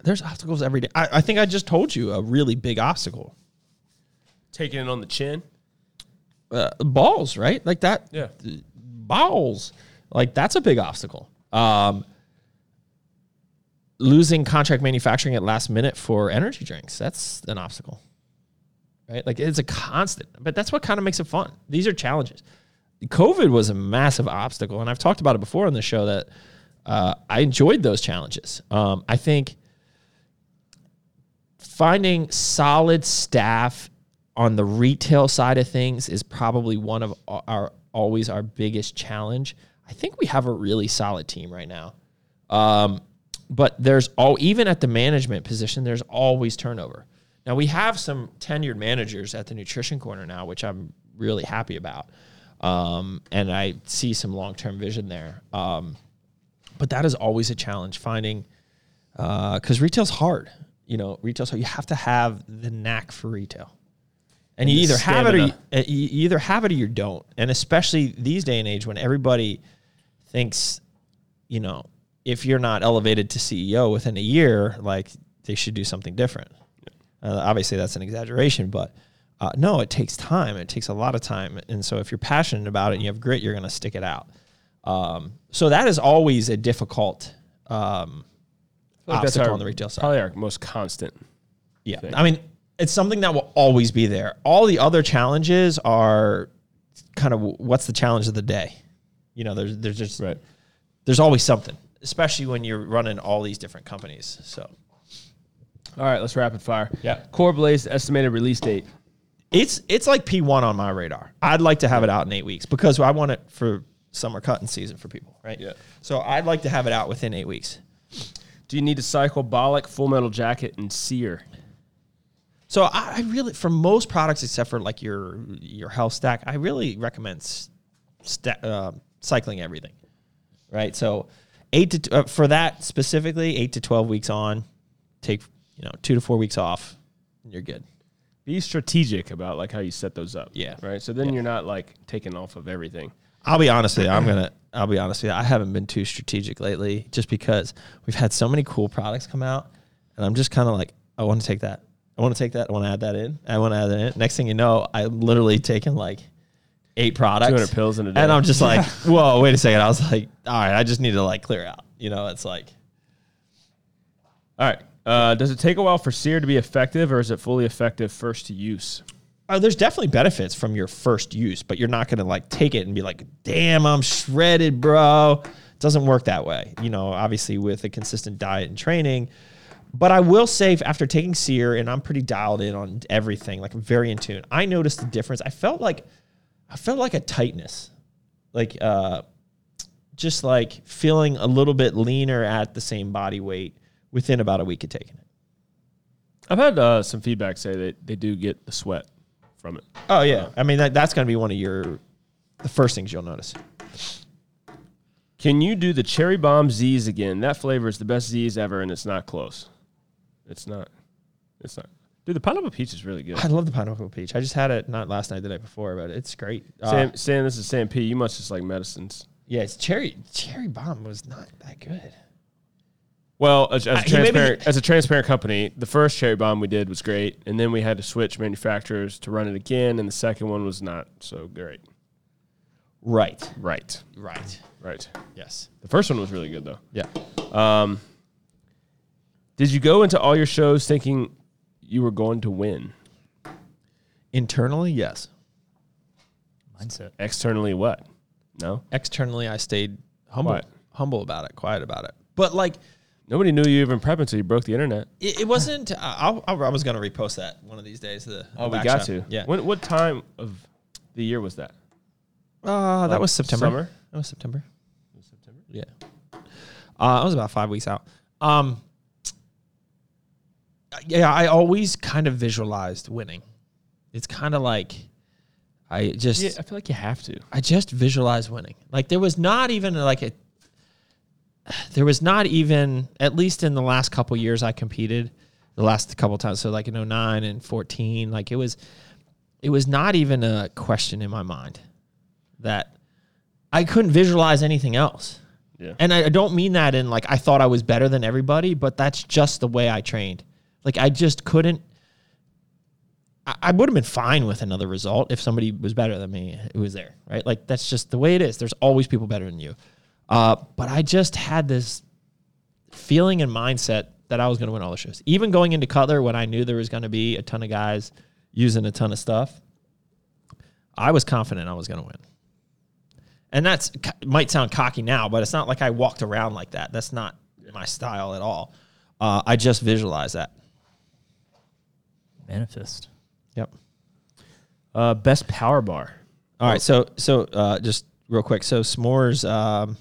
C: There's obstacles every day. I, I think I just told you a really big obstacle.
D: Taking it on the chin.
C: uh, balls, right? Like that.
D: Yeah.
C: Balls. Like that's a big obstacle. Um, losing contract manufacturing at last minute for energy drinks. That's an obstacle, right? Like it's a constant, but that's what kind of makes it fun. These are challenges. COVID was a massive obstacle. And I've talked about it before on the show that uh, I enjoyed those challenges. Um, I think finding solid staff on the retail side of things is probably one of our always our biggest challenge. I think we have a really solid team right now. Um, but there's all even at the management position, there's always turnover. Now we have some tenured managers at the nutrition corner now, which I'm really happy about. Um, and I see some long-term vision there. Um, but that is always a challenge finding because retail's hard. You know, retail's hard. You have to have the knack for retail, and, you
D: the
C: either have it or you,
D: stamina.
C: uh, you you either have it or you don't. And especially these day and age when everybody thinks, you know, if you're not elevated to CEO within a year, like they should do something different. Uh, obviously, that's an exaggeration, but uh, no, it takes time. It takes a lot of time, and so if you're passionate about it and you have grit, you're going to stick it out. Um, so that is always a difficult um,
D: Like that's
C: obstacle
D: our-
C: on the retail side.
D: Probably our most constant.
C: Yeah. I mean, it's something that will always be there. All the other challenges are kind of what's the challenge of the day. You know, there's there's just
D: Right.
C: there's always something, especially when you're running all these different companies. So
D: All right, let's rapid fire.
C: Yeah.
D: Core Blaze estimated release date.
C: it's it's like P1 on my radar. I'd like to have it out in 8 weeks because I want it for summer cutting season for people, right?
D: Yeah.
C: So I'd like to have it out within 8 weeks.
D: Do you need to cycle Bollock, Full Metal Jacket, and Sear?
C: So I, I really, for most products except for like your your health stack, I really recommend s- sta- uh, cycling everything, right? So eight to t- uh, for that specifically, eight to twelve weeks on, take you know two to four weeks off, and you're good.
D: Be strategic about like how you set those up.
C: Yeah.
D: Right. So then you're not like taking off of everything.
C: I'll be honest with you. I'm gonna. I'll be honest with you. I haven't been too strategic lately, just because we've had so many cool products come out, and I'm just kind of like, I want to take that. I want to take that. I want to add that in. I want to add that in. Next thing you know, I'm literally taking like eight products,
D: 200 pills in a day.
C: and I'm just like, whoa, wait a second. I was like, all right, I just need to like clear out. You know, it's like
D: All right. Uh, does it take a while for Sear to be effective, or is it fully effective first to use?
C: Oh, there's definitely benefits from your first use, but you're not going to like take it and be like, damn, I'm shredded, bro. It doesn't work that way. You know, obviously with a consistent diet and training. But I will say, f- after taking Sear, and I'm pretty dialed in on everything, like I'm very in tune, I noticed the difference. I felt like, I felt like a tightness, like, uh, just like feeling a little bit leaner at the same body weight within about a week of taking it.
D: I've had uh, some feedback say that they do get the sweat from it.
C: Oh yeah, I mean that, that's going to be one of your the first things you'll notice.
D: Can you do the cherry bomb Z's again? That flavor is the best Z's ever, and it's not close. It's not. It's not. Dude, the pineapple peach is really good.
C: I love the pineapple peach. I just had it not last night, the night before, but it's great. Uh,
D: Sam, Sam, this is Sam P. You must just like medicines.
C: yeah, it's cherry. Cherry bomb was not that good.
D: Well, as, as,
C: Uh,
D: a
C: he may be-
D: transparent, as a transparent company, the first cherry bomb we did was great, and then we had to switch manufacturers to run it again, and the second one was not so great.
C: Right.
D: Right,
C: Right.
D: right.
C: Yes.
D: The first one was really good though.
C: Yeah.
D: Did you go into all your shows thinking you were going to win?
C: Internally, yes.
E: mindset.
D: Externally, what? No,
C: Externally, I stayed humble,
D: Quiet.
C: humble about it, quiet about it. But like,
D: nobody knew you even prep until you broke the internet.
C: it, it wasn't. I, I'll, I'll- I was going to repost that one of these days. The
D: Oh,
C: the
D: we
C: back
D: got
C: shot.
D: to.
C: Yeah.
D: When, what time of the year was that?
C: Uh, that
D: Like
C: was September.
D: summer?
C: That was September. September. Yeah. Uh, I was about five weeks out. Um. Yeah, I always kind of visualized winning. It's kind of like I just
D: Yeah, I feel like you have to.
C: I just visualized winning. Like there was not even like a there was not even at least in the last couple years I competed, the last couple times so like in 09 and 14, like it was it was not even a question in my mind that I couldn't visualize anything else.
D: Yeah.
C: And I I don't mean that in like I thought I was better than everybody, but that's just the way I trained. Like I just couldn't I- I would have been fine with another result if somebody was better than me who was there, right? Like that's just the way it is. There's always people better than you. Uh, but I just had this feeling and mindset that I was going to win all the shows. Even going into Cutler when I knew there was going to be a ton of guys using a ton of stuff, I was confident I was going to win. And that's might sound cocky now, but it's not like I walked around like that. That's not my style at all. Uh, I just visualize that.
E: Manifest.
C: Yep.
D: Uh, best power bar.
C: All right, so so uh, just real quick, so s'mores um,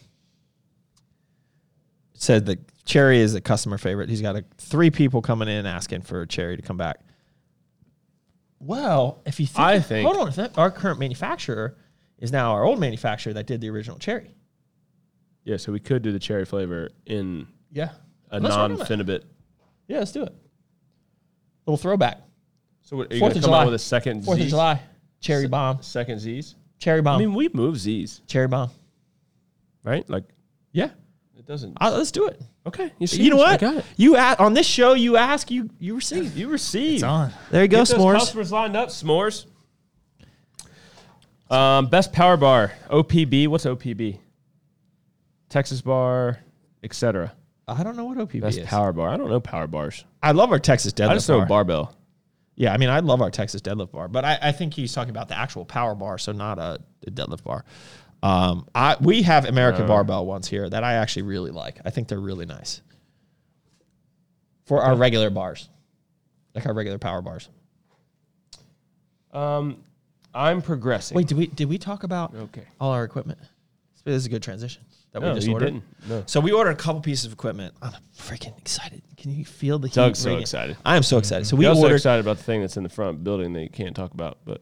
C: said that cherry is a customer favorite. He's got a, three people coming in asking for cherry to come back. Well, if you think,
D: I think-
C: hold on, if that, our current manufacturer is now our old manufacturer that did the original cherry.
D: Yeah, so we could do the cherry flavor in
C: Yeah.
D: a
C: Let's work on
D: non
C: that.
D: Finibit.
C: Yeah, let's do it. Little throwback.
D: So what, are you going
C: Fourth
D: to
C: of
D: come
C: July.
D: out with a second
C: Fourth of
D: Z's?
C: July. Cherry bomb. Um,
D: Second Z's?
C: Cherry bomb.
D: I mean, we move Z's,
C: Cherry bomb.
D: right? Like,
C: Yeah.
D: it doesn't.
C: Uh, let's do it.
D: okay. You, see,
C: You know
D: I
C: what?
D: got it.
C: You a on this show, you ask, you you receive.
D: You receive.
E: It's on.
C: There you go,
D: Get those
C: s'mores.
D: customers lined up, s'mores. Um, best power bar, OPB. What's OPB? Texas bar, etc.
C: I don't know what OPB
D: Best
C: is.
D: power bar. I don't know power bars.
C: I love our Texas deadlift
D: I just know
C: bar.
D: barbell.
C: Yeah, I mean, I love our Texas deadlift bar, but I, I think he's talking about the actual power bar, so not a, a deadlift bar. Um, I we have American barbell ones here that I actually really like. I think they're really nice for our regular bars, like our regular power bars.
D: Um, I'm progressing.
C: Wait, did we did we talk about
D: Okay.
C: all our equipment? This is a good transition that we
D: No,
C: just
D: you
C: ordered.
D: didn't. No.
C: So we ordered a couple pieces of equipment. I'm freaking excited. Can you feel the heat?
D: Doug's so
C: radiant?
D: excited.
C: I am so excited. So we
D: We also
C: ordered.
D: excited about the thing that's in the front building that you can't talk about, but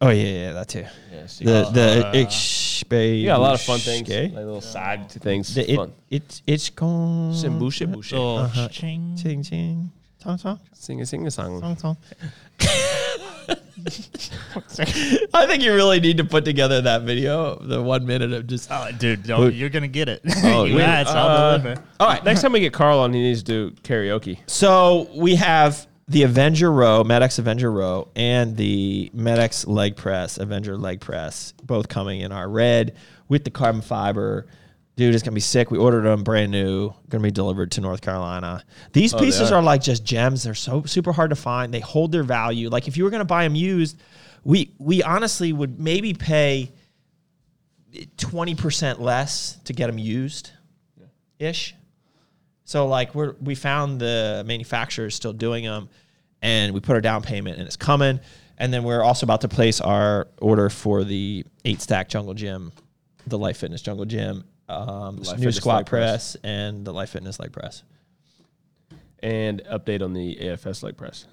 C: Oh yeah, yeah, that too.
D: yeah, see, uh,
C: the the ich
D: you got a lot of fun things, like little side things.
C: The, it,
D: fun.
C: it it's gone.
D: Bushe, bushe.
E: Little ching.
C: Ching ching. Tong tong.
D: Sing a sing a song.
C: Tong tong. I think you really need to put together that video, the one minute of just.
E: Oh, dude, don't, you're gonna get it.
C: Oh,
E: you
D: wait,
E: asked,
D: uh,
E: I'll deliver.
C: All right.
D: Next time we get Carl on, he needs to do karaoke.
C: So we have the Avenger row, Medex Avenger row, and the Medex leg press, Avenger leg press, both coming in our red with the carbon fiber. Dude, it's gonna be sick. We ordered them brand new, gonna be delivered to North Carolina. These pieces
D: are.
C: are. like just gems. They're so super hard to find. They hold their value. Like if you were gonna buy them used, we we honestly would maybe pay twenty percent less to get them used, ish. So like we're we found the manufacturers still doing them, and we put our down payment, and it's coming. And then we're also about to place our order for the eight stack jungle gym, the Life Fitness jungle gym, um, new
D: Fitness
C: squat
D: leg press.
C: press, and the Life Fitness leg press.
D: and update on the AFS leg press.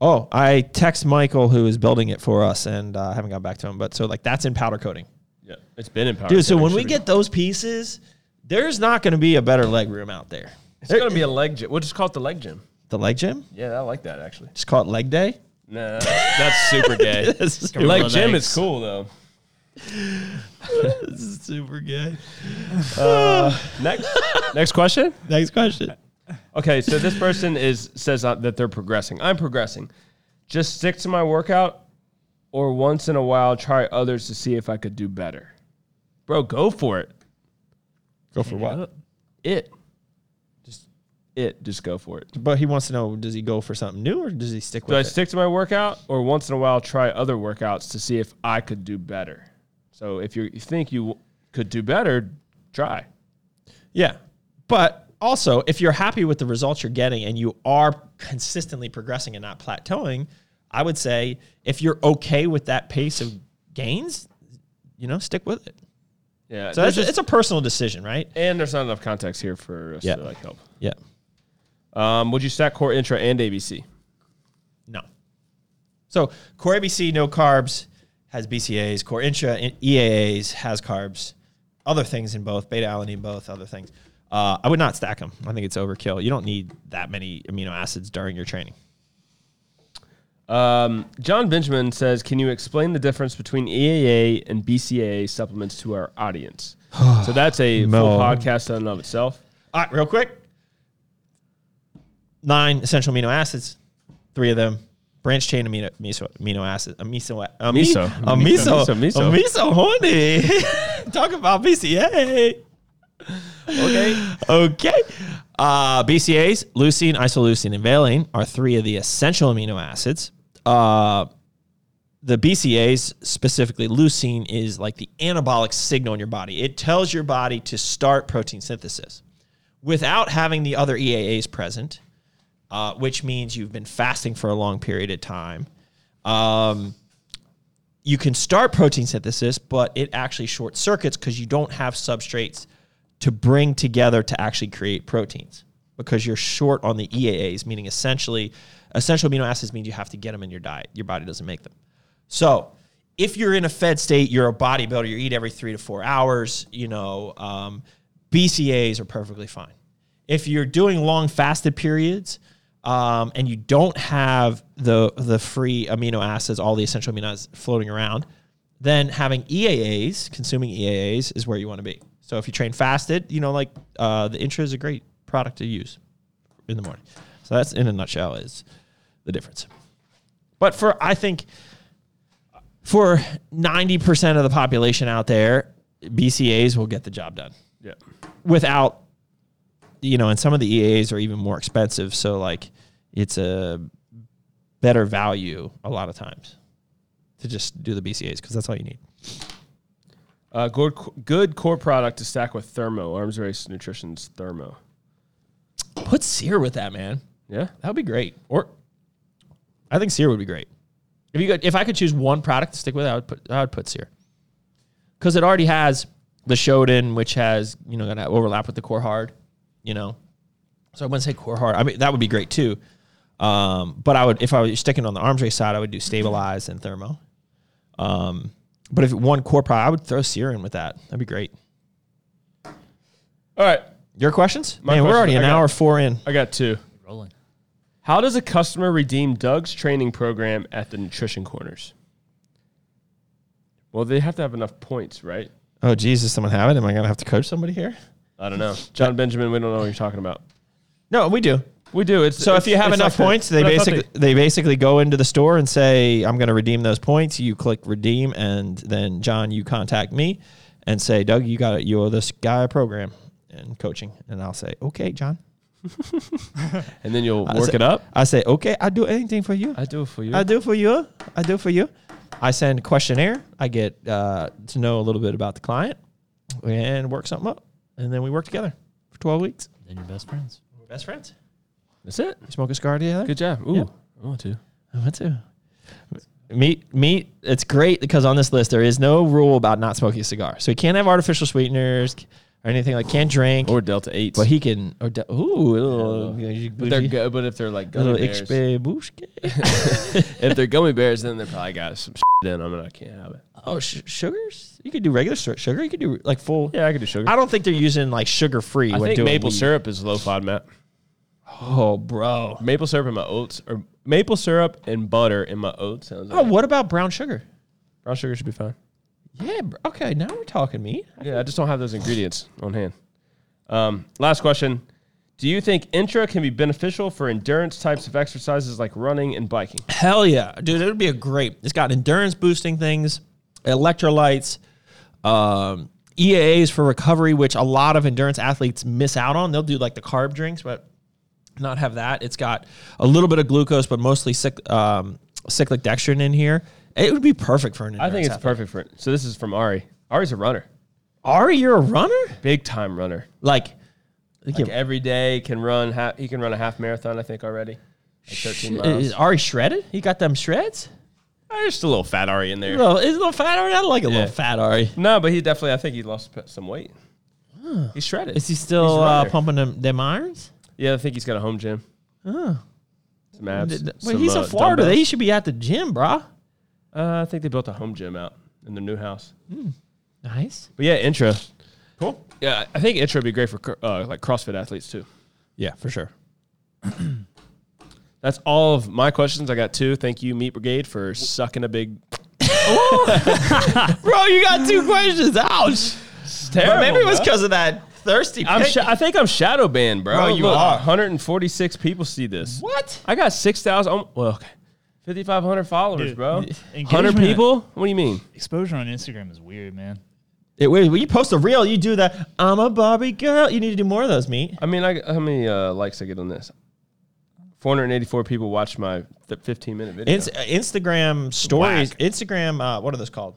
C: Oh, I text Michael who is building it for us, and uh, I haven't got back to him. But so like that's in powder coating,
D: Yeah, it's been in power.
C: dude. So
D: Center.
C: when we
D: Should
C: get those pieces, there's not going to be a better leg room out there.
D: it's gonna be a leg gym. We'll just call it the leg gym.
C: The leg gym,
D: Yeah, I like that actually.
C: just call it leg day.
D: Nah, that's super gay.
C: This is
E: Gorilla
D: leg gym
E: legs.
D: is cool though.
C: super gay.
D: Next, next question.
C: Next question.
D: Okay, so this person is says uh, that they're progressing. I'm progressing. Just stick to my workout, or once in a while try others to see if I could do better. Bro, go for it.
C: Go for what?
D: It, just it. Just go for it.
C: But he wants to know: Does he go for something new, or does he stick with
D: Do I
C: it?
D: stick to my workout or once in a while try other workouts to see if I could do better? So if you you think you w- could do better, try.
C: yeah, but also if you're happy with the results you're getting and you are consistently progressing and not plateauing, I would say if you're okay with that pace of gains, you know, stick with it.
D: Yeah.
C: So that's, it's a personal decision, right?
D: and there's not enough context here for us
C: Yeah.
D: to like help.
C: Yeah.
D: Um, would you stack core intra and ABC?
C: No. So core ABC, no carbs, has BCAAs. Core intra, in- EAAs, has carbs. Other things in both, beta alanine, both, other things. Uh, I would not stack them. I think it's overkill. You don't need that many amino acids during your training.
D: Um, John Benjamin says, "Can you explain the difference between EAA and BCAA supplements to our audience?" so that's a full
C: Mo.
D: podcast in and of itself.
C: All right, real quick. Nine essential amino acids, three of them. Branch chain amino miso, amino acid uh, amiso
D: Miso.
C: amiso amiso
D: Miso, miso.
C: amiso, amiso uh, honey. Talk about BCA.
D: Okay.
C: okay. Uh, BCAAs, leucine, isoleucine, and valine are three of the essential amino acids. Uh, the BCAAs, specifically leucine, is like the anabolic signal in your body. It tells your body to start protein synthesis without having the other EAAs present, uh, which means you've been fasting for a long period of time. Um, you can start protein synthesis, but it actually short circuits because you don't have substrates to bring together to actually create proteins because you're short on the EAAs, meaning essentially essential amino acids means you have to get them in your diet. Your body doesn't make them. So if you're in a fed state, you're a bodybuilder, you eat every three to four hours, you know, um, BCAs are perfectly fine. If you're doing long fasted periods um, and you don't have the the free amino acids, all the essential amino acids floating around, then having EAAs, consuming EAAs, is where you want to be. So if you train fasted, you know, like uh, the intra is a great product to use in the morning. So that's in a nutshell is the difference. But for I think for ninety percent of the population out there, BCAs will get the job done
D: Yeah.
C: without you know and some of the eas are even more expensive so like it's a better value a lot of times to just do the bcas because that's all you need
D: Uh, good, good core product to stack with Thermo, Arms Race Nutrition's Thermo.
C: put sear with that man
D: Yeah.
C: that would be great or i think sear would be great if you could, if i could choose one product to stick with i would put i would put sear because it already has the Shodan, which has you know gonna overlap with the core hard, you know. So I wouldn't say core hard. I mean that would be great too. Um, but I would if I was sticking on the arms race side, I would do stabilize and thermo. Um, but if one core product, I would throw Sear in with that. That'd be great.
D: All right.
C: Your questions?
D: My
C: Man, we're already
D: questions,
C: an
D: I got-
C: hour four in.
D: I got two.
E: Rolling.
D: How does a customer redeem Doug's training program at the nutrition corners? Well, they have to have enough points, right?
C: Oh geez, does someone have it? Am I gonna have to coach somebody here?
D: I don't know. John Benjamin, we don't know what you're talking about.
C: No, we do.
D: We do. It's
C: So if you have enough points, they basically they, basically go into the store and say, "I'm going to redeem those points." You click redeem, and then John, you contact me and say, "Doug, you got you owe this guy a program and coaching," and I'll say, "Okay, John."
D: and then you'll
C: I
D: work
C: say-
D: it up.
C: I say, "Okay, I do anything for you.
D: I do it for you.
C: I do for you. I do for you." I send a questionnaire. I get uh, to know a little bit about the client and work something up, and then we work together for twelve weeks.
E: Then you're best friends.
C: We're best friends.
D: That's it.
C: We smoke a cigar together.
D: Good job. Ooh, Oh,
C: Yeah.
D: I want to.
C: I want to. Meat, meat. It's great because on this list there is no rule about not smoking a cigar, so he can't have artificial sweeteners or anything like can't drink,
D: Or Delta Eight.
C: but he can. Or de- ooh, a little,
D: but they're good. But if they're like
C: little
D: gummy bears,
C: XP bushke.
D: if they're gummy bears, then they probably got some shit in them, and I can't have it.
C: Oh, sh- sugars. You could do regular su- sugar. You could do like full.
D: Yeah, I could do sugar.
C: I don't think they're using like sugar free.
D: I
C: when
D: think
C: doing
D: maple
C: weed.
D: syrup is low FODMAP.
C: Oh, bro.
D: Maple syrup in my oats, or maple syrup and butter in my oats. Sounds
C: Oh,
D: like
C: what about brown sugar?
D: brown sugar should be fine.
C: Yeah. br- Okay, now we're talking meat.
D: Yeah, I just don't have those ingredients on hand. Um, last question: Do you think intra can be beneficial for endurance types of exercises like running and biking?
C: Hell yeah, dude! It would be a great. It's got endurance boosting things, electrolytes, um, EAAs for recovery, which a lot of endurance athletes miss out on. They'll do like the carb drinks, but not have that. It's got a little bit of glucose, but mostly cyc- um, cyclic dextrin in here. It would be perfect for an
D: I
C: endurance.
D: think it's
C: athlete.
D: perfect for it. So this is from Ari. Ari's a runner,
C: Ari, you're a runner.
D: big time runner.
C: Like,
D: Like every day can run. Ha- he can run a half marathon, I think already. Like
C: sh-
D: Thirteen
C: is
D: miles.
C: Ari shredded? He got them shreds.
D: Ah, Just a little fat Ari in there.
C: Well, is a little fat Ari? I like a
D: Yeah.
C: little fat Ari.
D: No, but he definitely. I think he lost p- some weight. He's shredded.
C: Is he
D: He's a
C: still uh,
D: runner.
C: pumping them, them irons?
D: Yeah, I think he's got a home gym.
C: Oh.
D: Some abs.
C: Th- th-
D: some,
C: well, he's
D: uh,
C: in Florida.
D: dumbbells.
C: He should be at the gym, brah.
D: Uh, I think they built a home gym out in their new house.
C: Nice.
D: But yeah, intra.
C: Cool.
D: Yeah, I think intra would be great for cr- uh, like CrossFit athletes too.
C: Yeah, for sure.
D: That's all of my questions. I got two. Thank you, Meat Brigade, for sucking a big.
C: Bro, you got two questions. Ouch. But maybe it was because of that thirsty
D: I'm
C: pic.
D: sha- I think I'm shadow banned, bro.
C: Bro, you are.
D: 146 people see this.
C: What?
D: I got 6,000. um, Well, okay. 5,500 followers,
E: Dude,
D: bro.
C: e,
E: engagement.
D: 100 people? What do you mean?
E: Exposure on Instagram is weird, man.
C: It, when you post a reel, you do that. I'm a Barbie girl. You need to do more of those, meat.
D: I mean, I, how many uh, likes I get on this? 484 people watched my th- 15 minute video.
C: Ins- uh, Instagram stories. Instagram. Uh, what are those called?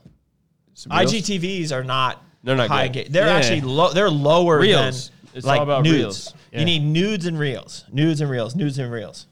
D: Some reels?
C: IGTVs are not.
D: They're not
C: high.
D: good.
C: ga- they're
D: Yeah.
C: actually low. They're lower
D: Reels.
C: than
D: It's
C: like
D: all about
C: nudes.
D: reels.
E: Yeah.
C: You need nudes and reels. Nudes and reels. Nudes and reels.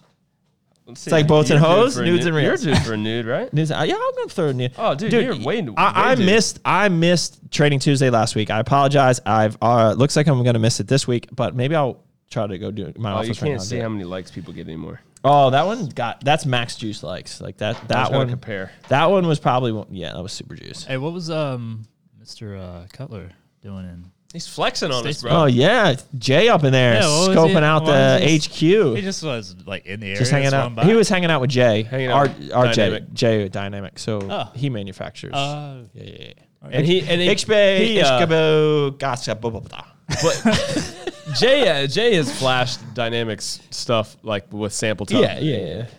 D: It's
C: like boats and hoes, nudes and reels.
D: You're dude for a nude, right?
C: News- uh, yeah, I'm gonna throw it in.
D: Oh, dude, you're way- way
C: I, I
D: dude.
C: missed. I missed Trading Tuesday last week. I apologize. I've uh, looks like I'm gonna miss it this week, but maybe I'll try to go do it in my
D: Oh, you
C: office right now.
D: can't
C: and
D: see
C: do it.
D: how many likes people get anymore.
C: Oh, that one got that's Max Juice likes like that. That
D: gotta
C: one
D: compare.
C: That one was probably one, yeah. That was Super Juice.
E: Hey, what was um Mr. Uh, Cutler doing in
D: He's flexing on
E: Stay
D: us,
C: Oh
D: bro.
C: yeah, Jay up in there
E: Yeah, what was
C: scoping
E: he-
C: out
E: what
C: the
E: was he-
C: HQ.
E: He just was like in the area.
C: just hanging
E: swung
C: out.
E: by.
C: He was hanging out with Jay.
D: Hanging
C: our
D: out with
C: our Jay,
D: Dynamic.
C: Jay at Dynamic. So
E: Oh.
C: he manufactures.
E: Uh,
C: yeah, yeah, yeah.
D: And he and he,
C: Ich bin-
D: he,
C: ich
D: uh,
C: gebe Gas- blah, blah, blah.
D: but Jay uh, Jay has flashed dynamics stuff like with sample time.
C: Yeah, yeah, yeah. No,
D: does-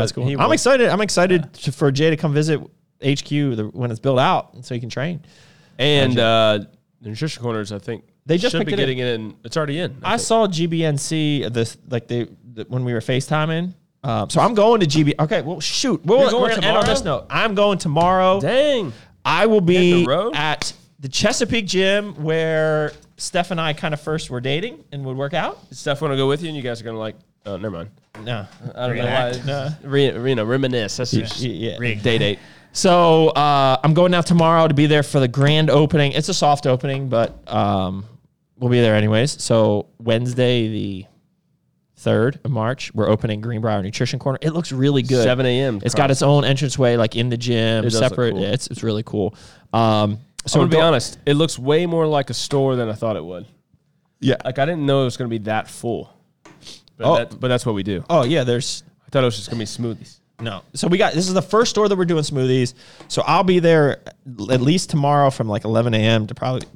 C: that's cool.
D: he
C: I'm
D: will.
C: excited. I'm excited to, for Jay to come visit HQ the, when it's built out, and so he can train.
D: And uh, the nutrition corners, I think
C: They just
D: should
C: picked
D: be
C: it
D: getting it in. It's already in.
C: I
D: think.
C: saw GBNC uh, this like they the, when we were FaceTiming. Um, so I'm going to GB. Okay, well shoot, we'll,
D: You're going
C: we're gonna end on this
D: tomorrow?
C: note. I'm going tomorrow.
D: Dang.
C: I will be
D: Hit the road?
C: at the Chesapeake gym where Steph and I kind of first were dating and would work out.
D: Steph want to go with you, and you guys are gonna like. Oh, never mind.
C: No,
D: I don't
E: Reenact.
D: know why. Re, re- you know, reminisce. That's
C: Yeah,
D: just
C: yeah.
E: Rigged.
D: day date.
C: So uh, I'm going out tomorrow to be there for the grand opening. It's a soft opening, but um, we'll be there anyways. So Wednesday, the third of March, we're opening Greenbrier Nutrition Corner. It looks really good.
D: 7 a.m.,
C: It's
D: Carl.
C: got its own entranceway, like in the gym,
D: It does look
C: separate.
D: cool.
C: Yeah, it's it's really cool. Um,
D: So
C: so
D: to be
C: go-
D: honest, it looks way more like a store than I thought it would.
C: yeah.
D: Like I didn't know it was gonna be that full. But,
C: Oh.
D: that, but that's what we do.
C: oh yeah, there's
D: I thought it was just gonna be smoothies.
C: No. So we got this is the first store that we're doing smoothies. So I'll be there at least tomorrow from like 11 a.m. to probably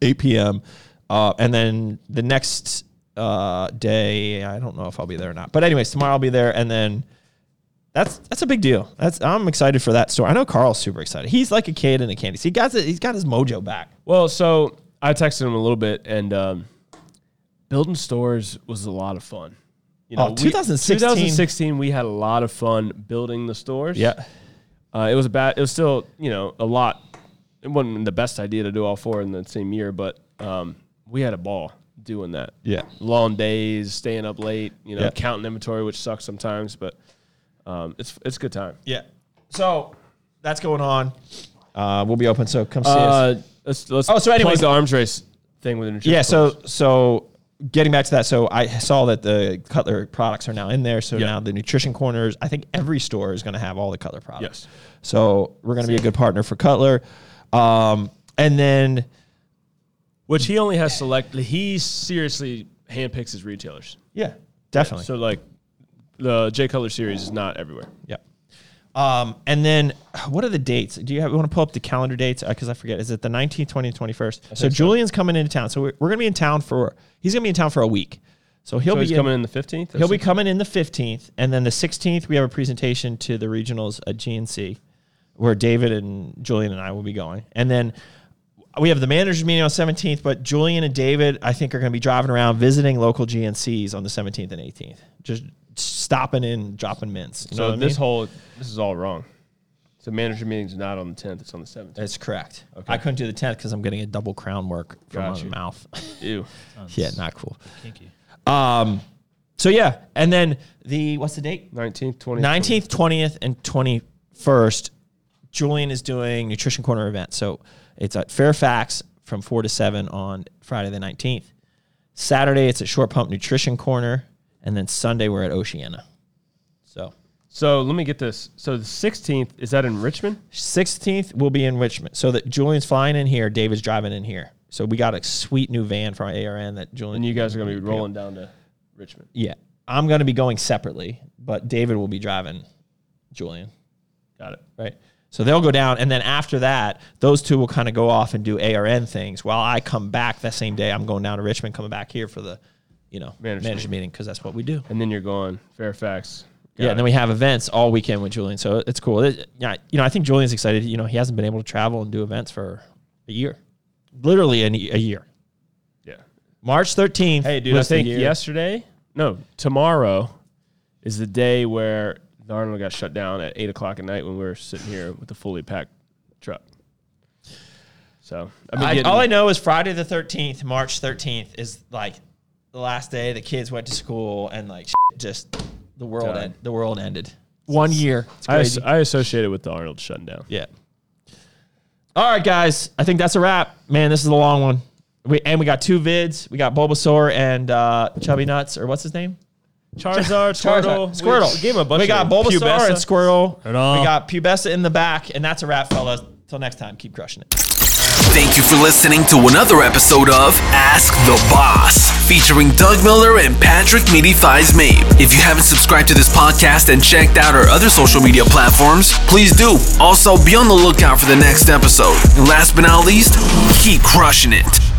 C: 8 p.m. Uh, and then the next uh, day, I don't know if I'll be there or not. But anyways, tomorrow I'll be there, and then that's that's a big deal. That's I'm excited for that store. I know Carl's super excited. He's like a kid in a candy. He got he's got his mojo back.
D: Well, so I texted him a little bit, and um, building stores was a lot of fun. You
C: Oh,
D: we-
C: 2016.
D: 2016, we had a lot of fun building the stores. Uh, it was about. It was still you know a lot. It wasn't the best idea to do all four in the same year, but um, we had a ball doing that.
C: Yeah.
D: long days, staying up late, you know,
C: Yeah.
D: counting inventory, which sucks sometimes, but um, it's it's a good time.
C: Yeah. So that's going on. Uh, we'll be open. So come see us.
D: Uh, let's let's
C: Oh, so
D: plug
C: anyways-
D: the arms race thing with the nutrition.
C: Yeah.
D: coach.
C: So so getting back to that, so I saw that the Cutler products are now in there. So now the nutrition corners, I think every store is going to have all the Cutler products.
D: Yes.
C: So we're going to be a good partner for Cutler, um, and then
D: Which he only has select. He seriously handpicks his retailers.
C: yeah, definitely.
D: So like, the J Color series is not everywhere.
C: Yeah. Um, and then what are the dates? Do you, have, you want to pull up the calendar dates? Because I forget. Is it the 19th, 20th, 21st? So Julian's coming into town. So we're, we're going to be in town for, he's going to be in town for a week. So he'll
D: So
C: be
D: he's
C: in-
D: coming in the fifteenth.
C: He'll be coming in the 15th. And then the 16th, we have a presentation to the regionals at GNC where David and Julian and I will be going. And then we have the manager's meeting on 17th, but Julian and David, I think, are going to be driving around visiting local GNCs on the 17th and 18th, just stopping in, dropping mints. You know
D: So
C: what I
D: this
C: mean?
D: whole this is all wrong. So manager meeting's not on the tenth. It's on the seventh.
C: That's correct. I couldn't do the 10th because I'm getting a double crown work from
D: Got
C: my
D: you.
C: mouth.
D: Ew.
C: yeah, not cool.
E: Kinky.
C: Um, so yeah, and then the what's the date?
D: Nineteenth, twentieth,
C: Nineteenth, twentieth, and twenty-first. Julian is doing nutrition corner event, so it's at Fairfax from four to seven on Friday the nineteenth. Saturday it's at Short Pump Nutrition Corner, and then Sunday we're at Oceana. So
D: So let me get this. So the sixteenth is that in Richmond?
C: sixteenth we'll be in Richmond, so that Julian's flying in here, David's driving in here. So we got a sweet new van from our ARN that Julian
D: And you guys are gonna be rolling down to Richmond.
C: Yeah, I'm gonna be going separately, but David will be driving Julian.
D: Got it.
C: right? So they'll go down, and then after that, those two will kind of go off and do ARN things. While I come back that same day, I'm going down to Richmond, coming back here for the, you know,
D: Manager's
C: manager, meeting because that's what we do.
D: And then you're going Fairfax. Got
C: yeah,
D: it.
C: and then we have events all weekend with Julian, so it's cool. It- yeah, you know, I think Julian's excited. You know, he hasn't been able to travel and do events for a year, literally an, e, a year.
D: yeah.
C: March 13th.
D: Hey, dude, I
C: was the
D: think
C: year-
D: yesterday, no, tomorrow is the day where the Arnold got shut down at eight o'clock at night when we were sitting here with the fully packed truck. So I've been
C: I,
D: getting,
C: all I know is Friday the 13th, March 13th is like the last day the kids went to school and like shit just the world
D: Done.
C: end, the world ended. One year. It's
D: I,
C: crazy.
D: as- I associate it with the Arnold shutting down.
C: yeah. All right, guys. I think that's a wrap. Man, this is a long one. We, and we got two vids. We got Bulbasaur and uh, Chubby Nuts, or what's his name?
D: Charizard, Squirtle,
C: Squirtle. Squirtle.
D: We, we gave him a bunch.
C: We got
D: of
C: Bulbasaur
D: Pubesa.
C: and Squirtle.
E: Squirtle.
C: We got Pubesa in the back, and that's a wrap, fellas. Till next time, keep crushing it.
B: Thank you for listening to another episode of Ask the Boss, featuring Doug Miller and Patrick Meaty Thighs Mabe. If you haven't subscribed to this podcast and checked out our other social media platforms, please do. Also, be on the lookout for the next episode. And last but not least, keep crushing it.